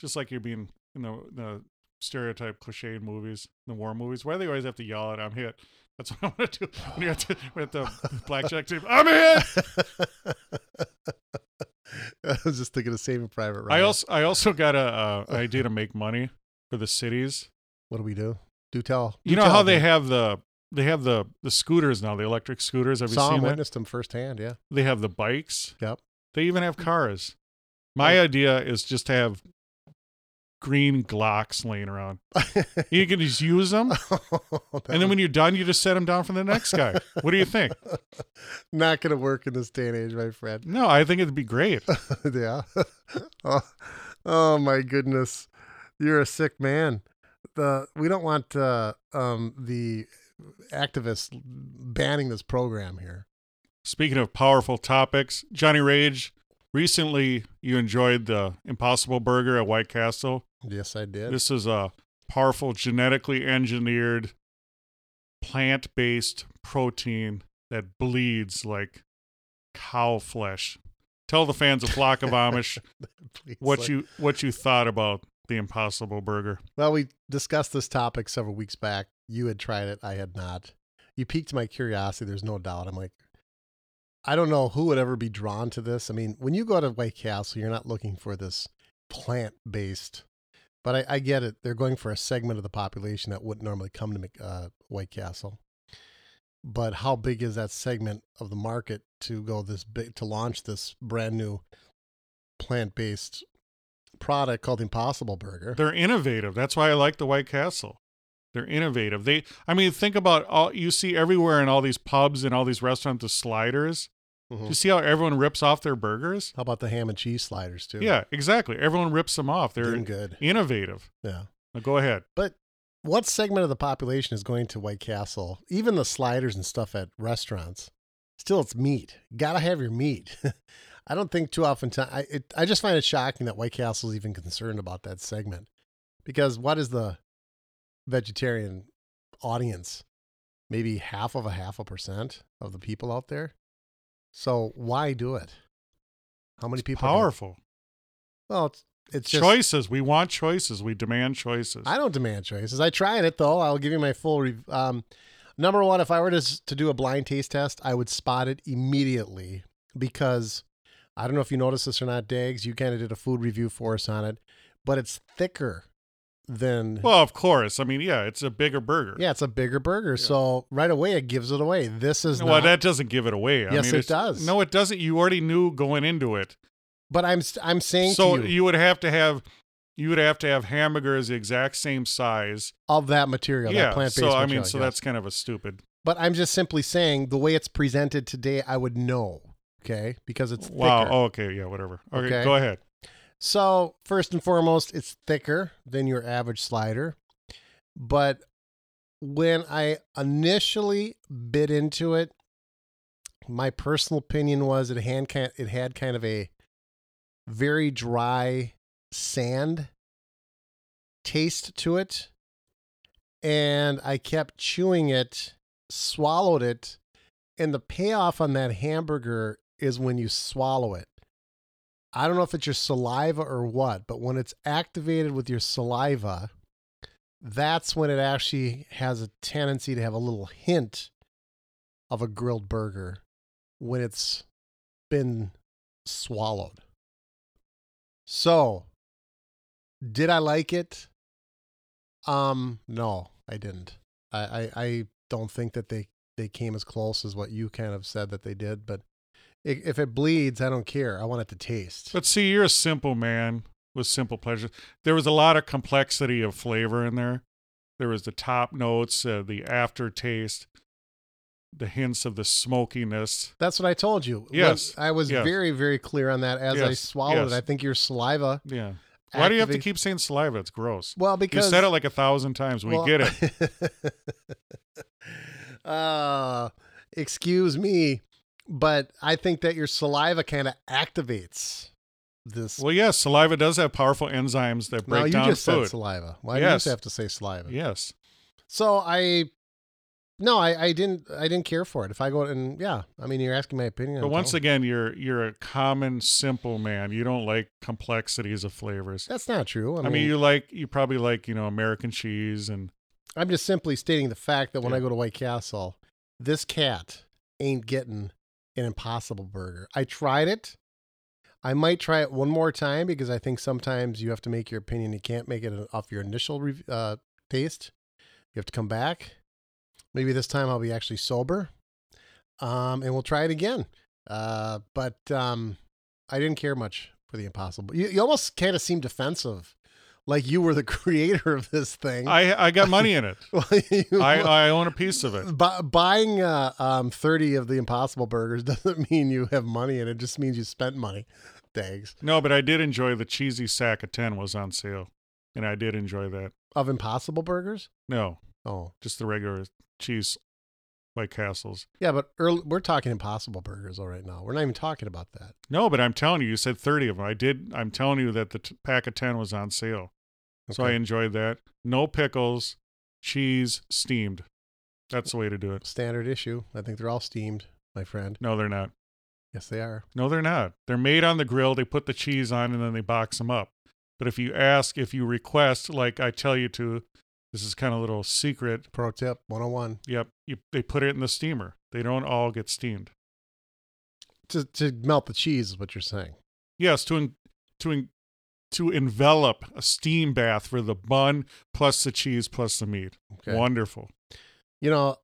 just like you're being in the, the stereotype cliched movies, the war movies. Why do they always have to yell at I'm hit? That's <laughs> what I want to do when you're at the, we're at the <laughs> blackjack table. I'm hit. I was just thinking of saving private Ryan. I also I also got a uh, idea to make money for the cities. what do we do? Do tell. You Do know tell how they me. have the they have the the scooters now, the electric scooters. Have you saw seen and that? witnessed them firsthand, yeah. They have the bikes. Yep. <laughs> They even Mm. have cars. My idea is just to have green Glocks laying <laughs> around. You can just use them, and then when you're done, you just set them down for the next <laughs> guy. What do you think? not gonna work in this day and age, my friend. No, I think it'd be great. <laughs> yeah. oh, oh my goodness, you're a sick man. The we don't want uh, um, the activists banning this program here. Speaking of powerful topics, Johnny Rage, recently you enjoyed the Impossible Burger at White Castle. Yes, I did. This is a powerful, genetically engineered, plant based protein that bleeds like cow flesh. Tell the fans of Flock of <laughs> Amish <laughs> Please, what like- you what you thought about the Impossible Burger. Well, we discussed this topic several weeks back. You had tried it, I had not. You piqued my curiosity, there's no doubt. I'm like, I don't know who would ever be drawn to this. I mean, when you go to White Castle, you're not looking for this plant based, but I, I get it. They're going for a segment of the population that wouldn't normally come to Mc- uh, White Castle. But how big is that segment of the market to go this big to launch this brand new plant based product called the Impossible Burger? <laughs> They're innovative. That's why I like the White Castle. They're innovative. They, I mean, think about all you see everywhere in all these pubs and all these restaurants, the sliders. Mhm. You see how everyone rips off their burgers? How about the ham and cheese sliders too? Yeah, exactly. Everyone rips them off. They're Damn good. innovative. Yeah. Now go ahead. But what segment of the population is going to White Castle? Even the sliders and stuff at restaurants. Still, it's meat. Gotta have your meat. <laughs> I don't think too often. ti- I it, I just find it shocking that White Castle is even concerned about that segment, because what is the vegetarian audience? Maybe half of a half a percent of the people out there. So why do it? How many people? are gonna- Powerful well, it's, it's just, choices. We want choices. We demand choices. I don't demand choices. I tried it though. I'll give you my full. Re- um, number one, if I were to s- to do a blind taste test, I would spot it immediately because I don't know if you noticed this or not, Dags. You kind of did a food review for us on it, but it's thicker than. well, of course. I mean, yeah, it's a bigger burger. yeah, it's a bigger burger, so right away it gives it away. This is Well, not, that doesn't give it away. I Yes, mean, it it's- does. No, it doesn't. You already knew going into it. but I'm s- I'm saying so to you, would have to have you would have to have hamburgers the exact same size. of that material, yeah. that plant based. so I mean, so that's. that's kind of a stupid. But I'm just simply saying the way it's presented today, I would know. Okay, because it's wow. thicker. Oh, okay. Yeah. Whatever. Okay, Okay. Go ahead. So first and foremost, it's thicker than your average slider. But when I initially bit into it, my personal opinion was it hand ki- it had kind of a very dry sand taste to it, and I kept chewing it, swallowed it, and the payoff on that hamburger is when you swallow it. I don't know if it's your saliva or what, but when it's activated with your saliva, that's when it actually has a tendency to have a little hint of a grilled burger when it's been swallowed. So, did I like it? Um, no, I didn't. I, I, I don't think that they, they came as close as what you kind of said that they did, but i- if it bleeds, I don't care. I want it to taste. But see, you're a simple man with simple pleasures. There was a lot of complexity of flavor in there. There was the top notes, uh, the aftertaste, the hints of the smokiness. That's what I told you. When- Yes, I was yes. very, very clear on that as I Yes, swallowed yes. it. I think your saliva. Yeah. Why do you have to activate- keep saying saliva? It's gross. Well, because you said it like a thousand times. We well- get <laughs> it. uh, excuse me, but I think that your saliva kind of activates this. Well, yes, saliva does have powerful enzymes that now break you down just food. said saliva. Why do you Yes. just have to say saliva? Yes. So I, no, I, I didn't, I didn't care for it. If I go and yeah, I mean, you're asking my opinion. But I'm once telling again, you're you're a common simple man. You don't like complexities of flavors. you. that's not true. I mean, you like you probably like, you know, American cheese and I'm just simply stating the fact that when Yeah. I go to White Castle, this cat ain't getting an impossible burger. I tried it. I might try it one more time because I think sometimes you have to make your opinion. You can't make it off your initial rev- uh, taste. You have to come back. Maybe this time I'll be actually sober, um, and we'll try it again. Uh, but um, I didn't care much for the impossible. You, you almost kind of seem defensive, like you were the <laughs> creator of this thing. I I got money in it. <laughs> Well, you- I, I own a piece of it. bu- buying uh, um, 30 of the Impossible Burgers <laughs> doesn't mean you have money and it just means you spent money. Thanks. No, but I did enjoy the cheesy sack of ten was on sale. And I did enjoy that. Of Impossible Burgers? No, Oh, just the regular cheese like castles. yeah, but earl we're talking Impossible Burgers all right now. We're not even talking about that. No, but I'm telling you, you said 30 of them. I did. I'm telling you that the t- pack of 10 was on sale. So I Okay. enjoyed that. No pickles, cheese steamed. That's the way to do it. Standard issue. I think they're all steamed, my friend. No, they're not. Yes, they are. No, they're not. They're made on the grill. They put the cheese on and then they box them up. But if you ask, if you request, like I tell you to, this is kind of a little secret. Pro tip 101. Yep. You, they put it in the steamer. They don't all get steamed. To, to melt the cheese is what you're saying. Yes, to en- to en- to envelop a steam bath for the bun plus the cheese plus the meat. Okay. Wonderful. You know,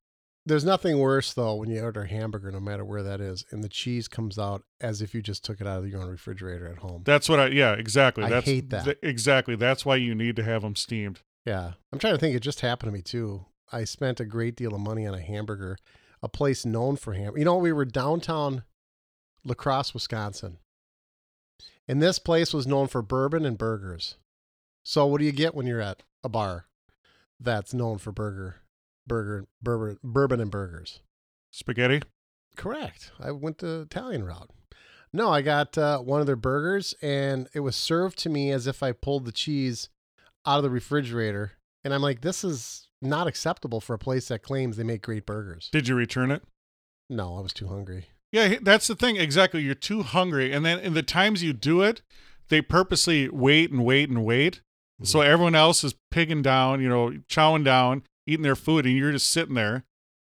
there's nothing worse though when you order a hamburger, no matter where that is, and the cheese comes out as if you just took it out of your own refrigerator at home. That's what I yeah, exactly. I That's hate that. th- exactly. That's why you need to have them steamed. Yeah. I'm trying to think. It just happened to me too. I spent a great deal of money on a hamburger, a place known for ham. You know, we were downtown La Crosse, Wisconsin. And this place was known for bourbon and burgers. So what do you get when you're at a bar that's known for burger, burger, bourbon, bourbon and burgers? Spaghetti. Correct. I went the Italian route. No, I got uh, one of their burgers, and it was served to me as if I pulled the cheese out of the refrigerator. And I'm like, this is not acceptable for a place that claims they make great burgers. Did you return it? No, I was too hungry. Yeah, he- that's the thing. Exactly. You're too hungry. And then in the times you do it, they purposely wait and wait and wait. So Mm-hmm. everyone else is pigging down, you know, chowing down, eating their food, and you're just sitting there.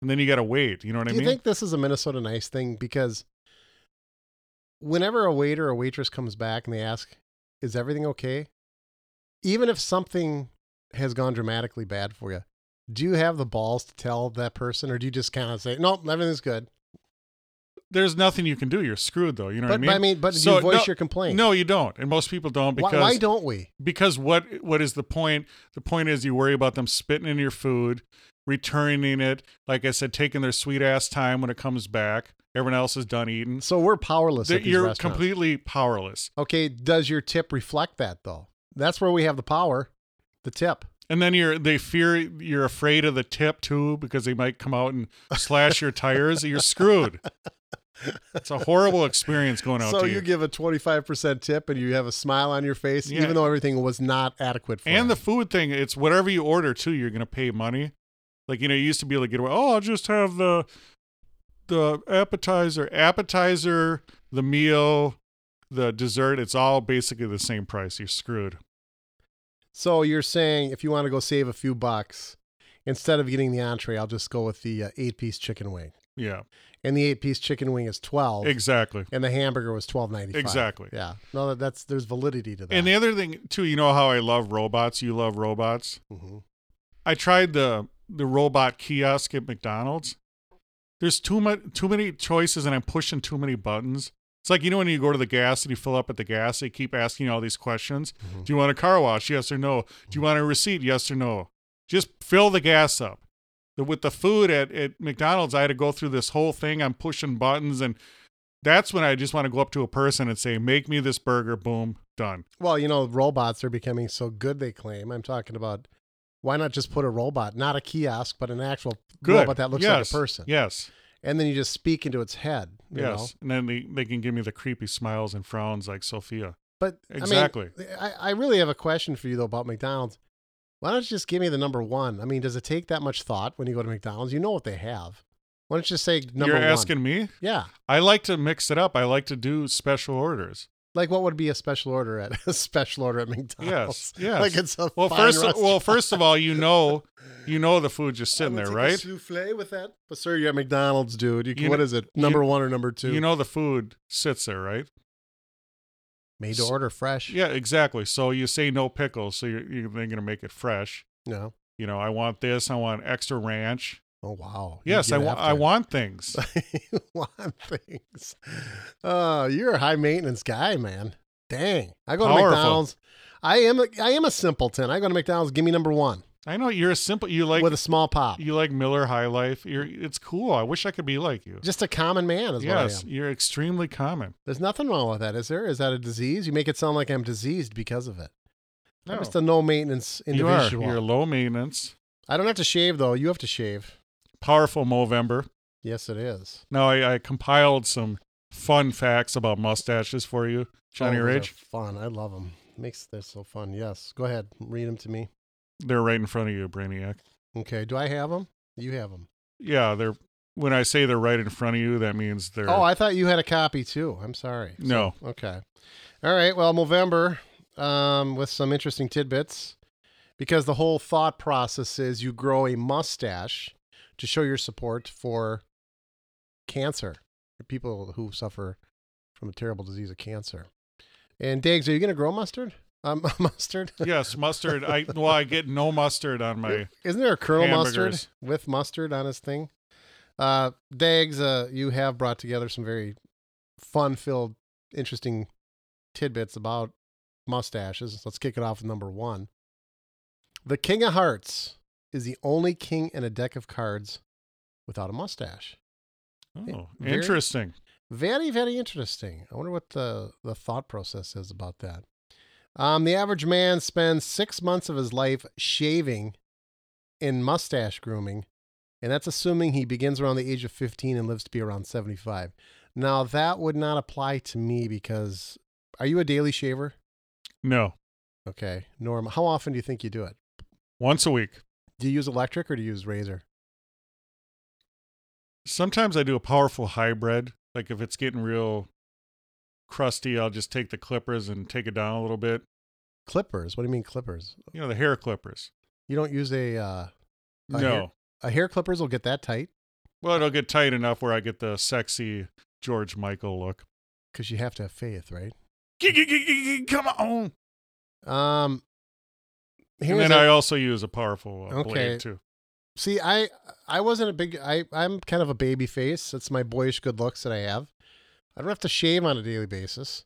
And then you got to wait. You know what I Do you mean? think this is a Minnesota nice thing? Because whenever a waiter or waitress comes back and they ask, is everything okay? Even if something has gone dramatically bad for you, do you have the balls to tell that person or do you just kind of say, nope, everything's good? There's nothing you can do. You're screwed, though. You know what I But- mean? but I mean, but do you voice no- your complaint? No, you don't. And most people don't Why, because why don't we? because what what is the point the point is you worry about them spitting in your food returning it like i said taking their sweet ass time when it comes back everyone else is done eating So we're powerless. That at these you're restaurants. completely powerless Okay, does your tip reflect that though? That's where we have the power, the tip. and then you're they fear you're afraid of the tip too because they might come out and slash your tires you're screwed it's a horrible experience going out So to you you, give a 25% tip and you have a smile on your face, Yeah. even though everything was not adequate for and you. the food thing it's whatever you order too you're gonna pay money like you know you used to be like oh i'll just have the the appetizer appetizer the meal the dessert it's all basically the same price you're screwed so you're saying if you want to go save a few bucks, instead of getting the entree, I'll just go with the uh, eight piece chicken wing. yeah And the eight piece chicken wing is 12 exactly and the hamburger was 12.95. Exactly. Yeah. No, that- that's there's validity to that. and the other thing too you know how i love robots you love robots Mhm. i tried the the robot kiosk at mcdonald's there's too much too many choices and i'm pushing too many buttons it's like you know when you go to the gas and you fill up at the gas they keep asking you all these questions Mm-hmm. do you want a car wash yes or no do you want a receipt yes or no just fill the gas up The- with the food at, at mcdonald's i had to go through this whole thing i'm pushing buttons and that's when i just want to go up to a person and say make me this burger boom done Well, you know, robots are becoming so good they claim. I'm talking about why not just put a robot, not a kiosk, but an actual good robot that looks Yes. like a person. yes And then you just speak into its head. You Yes, Know? and then they, they can give me the creepy smiles and frowns like Sophia. But Exactly. I, mean, I, I really have a question for you though about McDonald's. Why don't you just give me the number one? I mean, does it take that much thought when you go to McDonald's? You know what they have. Why don't you just say number You're one? asking me. Yeah. I like to mix it up. I like to do special <laughs> orders. Like what would be a special order at <laughs> a special order at McDonald's? Yes, yes. Like Oh, it's a well, fine first, restaurant. well, first of all, you know, you know the food just sitting <laughs> I would there, take a right? souffle with that, but sir, you're at McDonald's, dude. You, You what kn- is it? Number you- one or number two? You know the food sits there, right? made to order, fresh. Yeah, exactly. So you say no pickles, so you're, you're then gonna make it fresh. No. You know, I want this. I want extra ranch. Oh wow. You Yes, I get want. I after it. want <laughs> things. you want things. Oh, you're a high maintenance guy, man. Dang. I go to Powerful. McDonald's. I am a, I am a simpleton. I go to McDonald's. Give me number one I know you're a simple. You like with a small pop. you like Miller High Life. You're. It's cool. I wish I could be like you. Just a common man is Yes, what I am. you're extremely common. There's nothing wrong with that, is there? Is that a disease? You make it sound like I'm diseased because of it. I'm No. just a no maintenance You individual. are. You're low maintenance, I don't have to shave though. You have to shave. powerful Movember. Yes, it is. Now I, I compiled some fun facts about mustaches for you, Johnny Oh, those are Rage. Fun. I love them. Makes this so fun. Yes. Go ahead. Read them to me. They're right in front of you, Brainiac. Okay. Do I have them? You have them. Yeah, they're. When I say they're right in front of you, that means they're. Oh, I thought you had a copy too. I'm sorry. So- No. okay. All right. Well, November um, with some interesting tidbits because the whole thought process is you grow a mustache to show your support for cancer, people who suffer from a terrible disease of cancer. And Diggs, are you going to grow mustard? Um, <laughs> mustard? yes, mustard. I well, I get no mustard on my. Isn't there a Colonel Mustard Hamburgers. with mustard on his thing? Uh, Dags, uh, you have brought together some very fun filled, interesting tidbits about mustaches. Let's kick it off with number one. The King of Hearts is the only king in a deck of cards without a mustache. Oh, Very- interesting. Very, very interesting. I wonder what the, the thought process is about that. Um, the average man spends six months of his life shaving and mustache grooming, and that's assuming he begins around the age of 15 and lives to be around 75. Now, that would not apply to me because are you a daily shaver? No, Okay, Norm, how often do you think you do it? once a week. Do you use electric or do you use razor? Sometimes I do a powerful hybrid. Like if it's getting real crusty, I'll just take the clippers and take it down a little bit. Clippers. What do you mean clippers? You know, the hair clippers. You don't use a uh, no. a hair- a hair clippers will get that tight Well, it'll get tight enough where I get the sexy George Michael look. because you have to have faith, right? Come on. Um, And here's then a- I also use a powerful uh, Okay. blade too. see. I I wasn't a big. I I'm kind of a baby face. That's my boyish good looks that I have. I don't have to shave on a daily basis.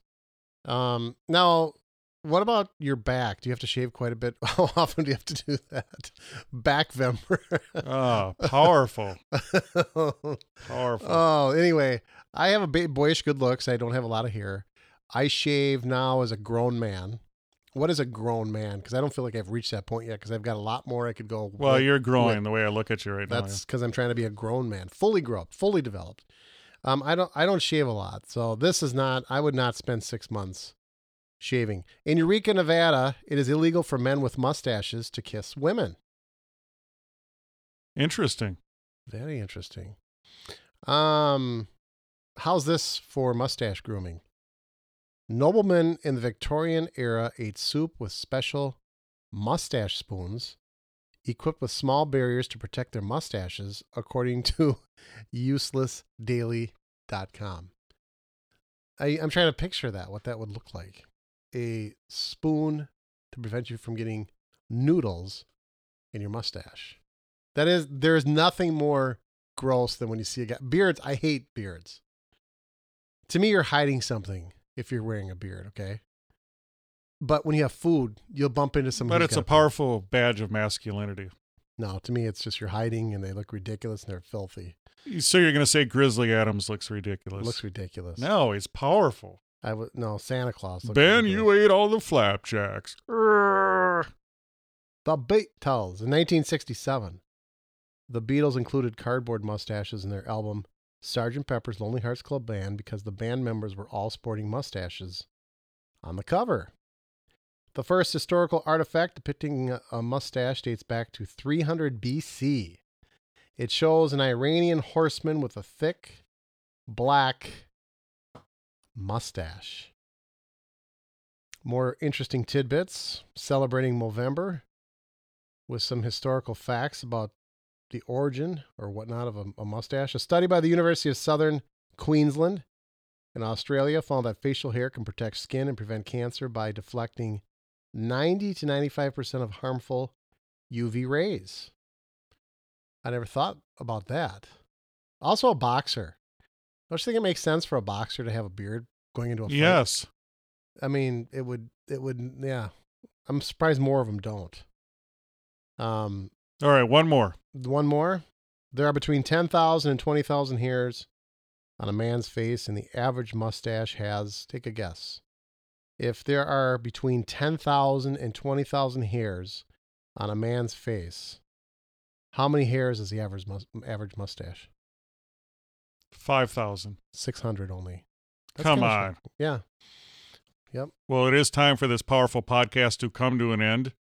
Um, now, what about your back? Do you have to shave quite a bit? <laughs> How often do you have to do that? Back vember. Oh, powerful. <laughs> Powerful. Oh, anyway, I have a ba- boyish good looks. I don't have a lot of hair. I shave now as a grown man. What is a grown man? Because I don't feel like I've reached that point yet. Because I've got a lot more I could go. well, with- you're growing with. the way I look at you right now. yeah. That's because I'm trying to be a grown man, fully grown, fully developed. Um, I don't, I don't shave a lot, so this is not. I would not spend six months shaving. In Eureka, Nevada, it is illegal for men with mustaches to kiss women. Interesting. Very interesting. Um, how's this for mustache grooming? Noblemen in the Victorian era ate soup with special mustache spoons equipped with small barriers to protect their mustaches, according <laughs> to uselessdaily.com. I, I'm trying to picture that, what that would look like. A spoon to prevent you from getting noodles in your mustache. That is, there is nothing more gross than when you see a guy. Beards, I hate beards. To me, you're hiding something if you're wearing a beard, okay? But when you have food, you'll bump into some. But who's it's got a beard. powerful badge of masculinity. No, to me, it's just you're hiding and they look ridiculous and they're filthy. So you're going to say Grizzly Adams looks It ridiculous? looks ridiculous. No, he's powerful. I would no Santa Claus. looked ben, ridiculous. you ate all the flapjacks. Urgh. The Beatles in 1967. The Beatles included cardboard mustaches in their album Sgt. Pepper's Lonely Hearts Club Band because the band members were all sporting mustaches on the cover. The first historical artifact depicting a- a mustache dates back to 300 BC. It shows an Iranian horseman with a thick, black mustache. More interesting tidbits celebrating Movember with some historical facts about the origin or whatnot of a, a mustache. A study by the University of Southern Queensland in Australia found that facial hair can protect skin and prevent cancer by deflecting 90 to 95% of harmful UV rays. I never thought about that. Also, a boxer. Don't you think it makes sense for a boxer to have a beard going into a fight? Yes. I mean, it would, it would, yeah. I'm surprised more of them don't. Um, All right, one more. one more. There are between 10,000 and 20,000 hairs on a man's face, and the average mustache has, take a guess. If there are between 10,000 and 20,000 hairs on a man's face, how many hairs is the average, mus- average mustache? 5,000. 600 only. Come kinda on. shocking. Yeah. Well, it is time for this powerful podcast to come to an end.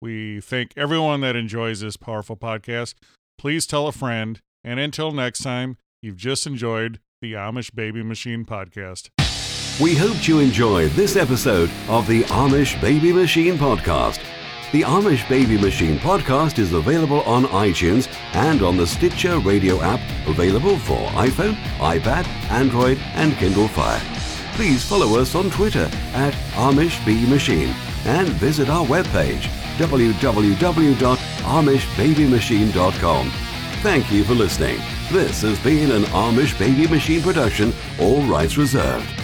We thank everyone that enjoys this powerful podcast. Please tell a friend. And until next time, you've just enjoyed the Amish Baby Machine podcast. We hoped you enjoyed this episode of the Amish Baby Machine Podcast. The Amish Baby Machine Podcast is available on iTunes and on the Stitcher radio app, available for iPhone, iPad, Android, and Kindle Fire. Please follow us on Twitter at Amish Bee Machine and visit our webpage www.amishbabymachine.com. Thank you for listening. This has been an Amish Baby Machine production, all rights reserved.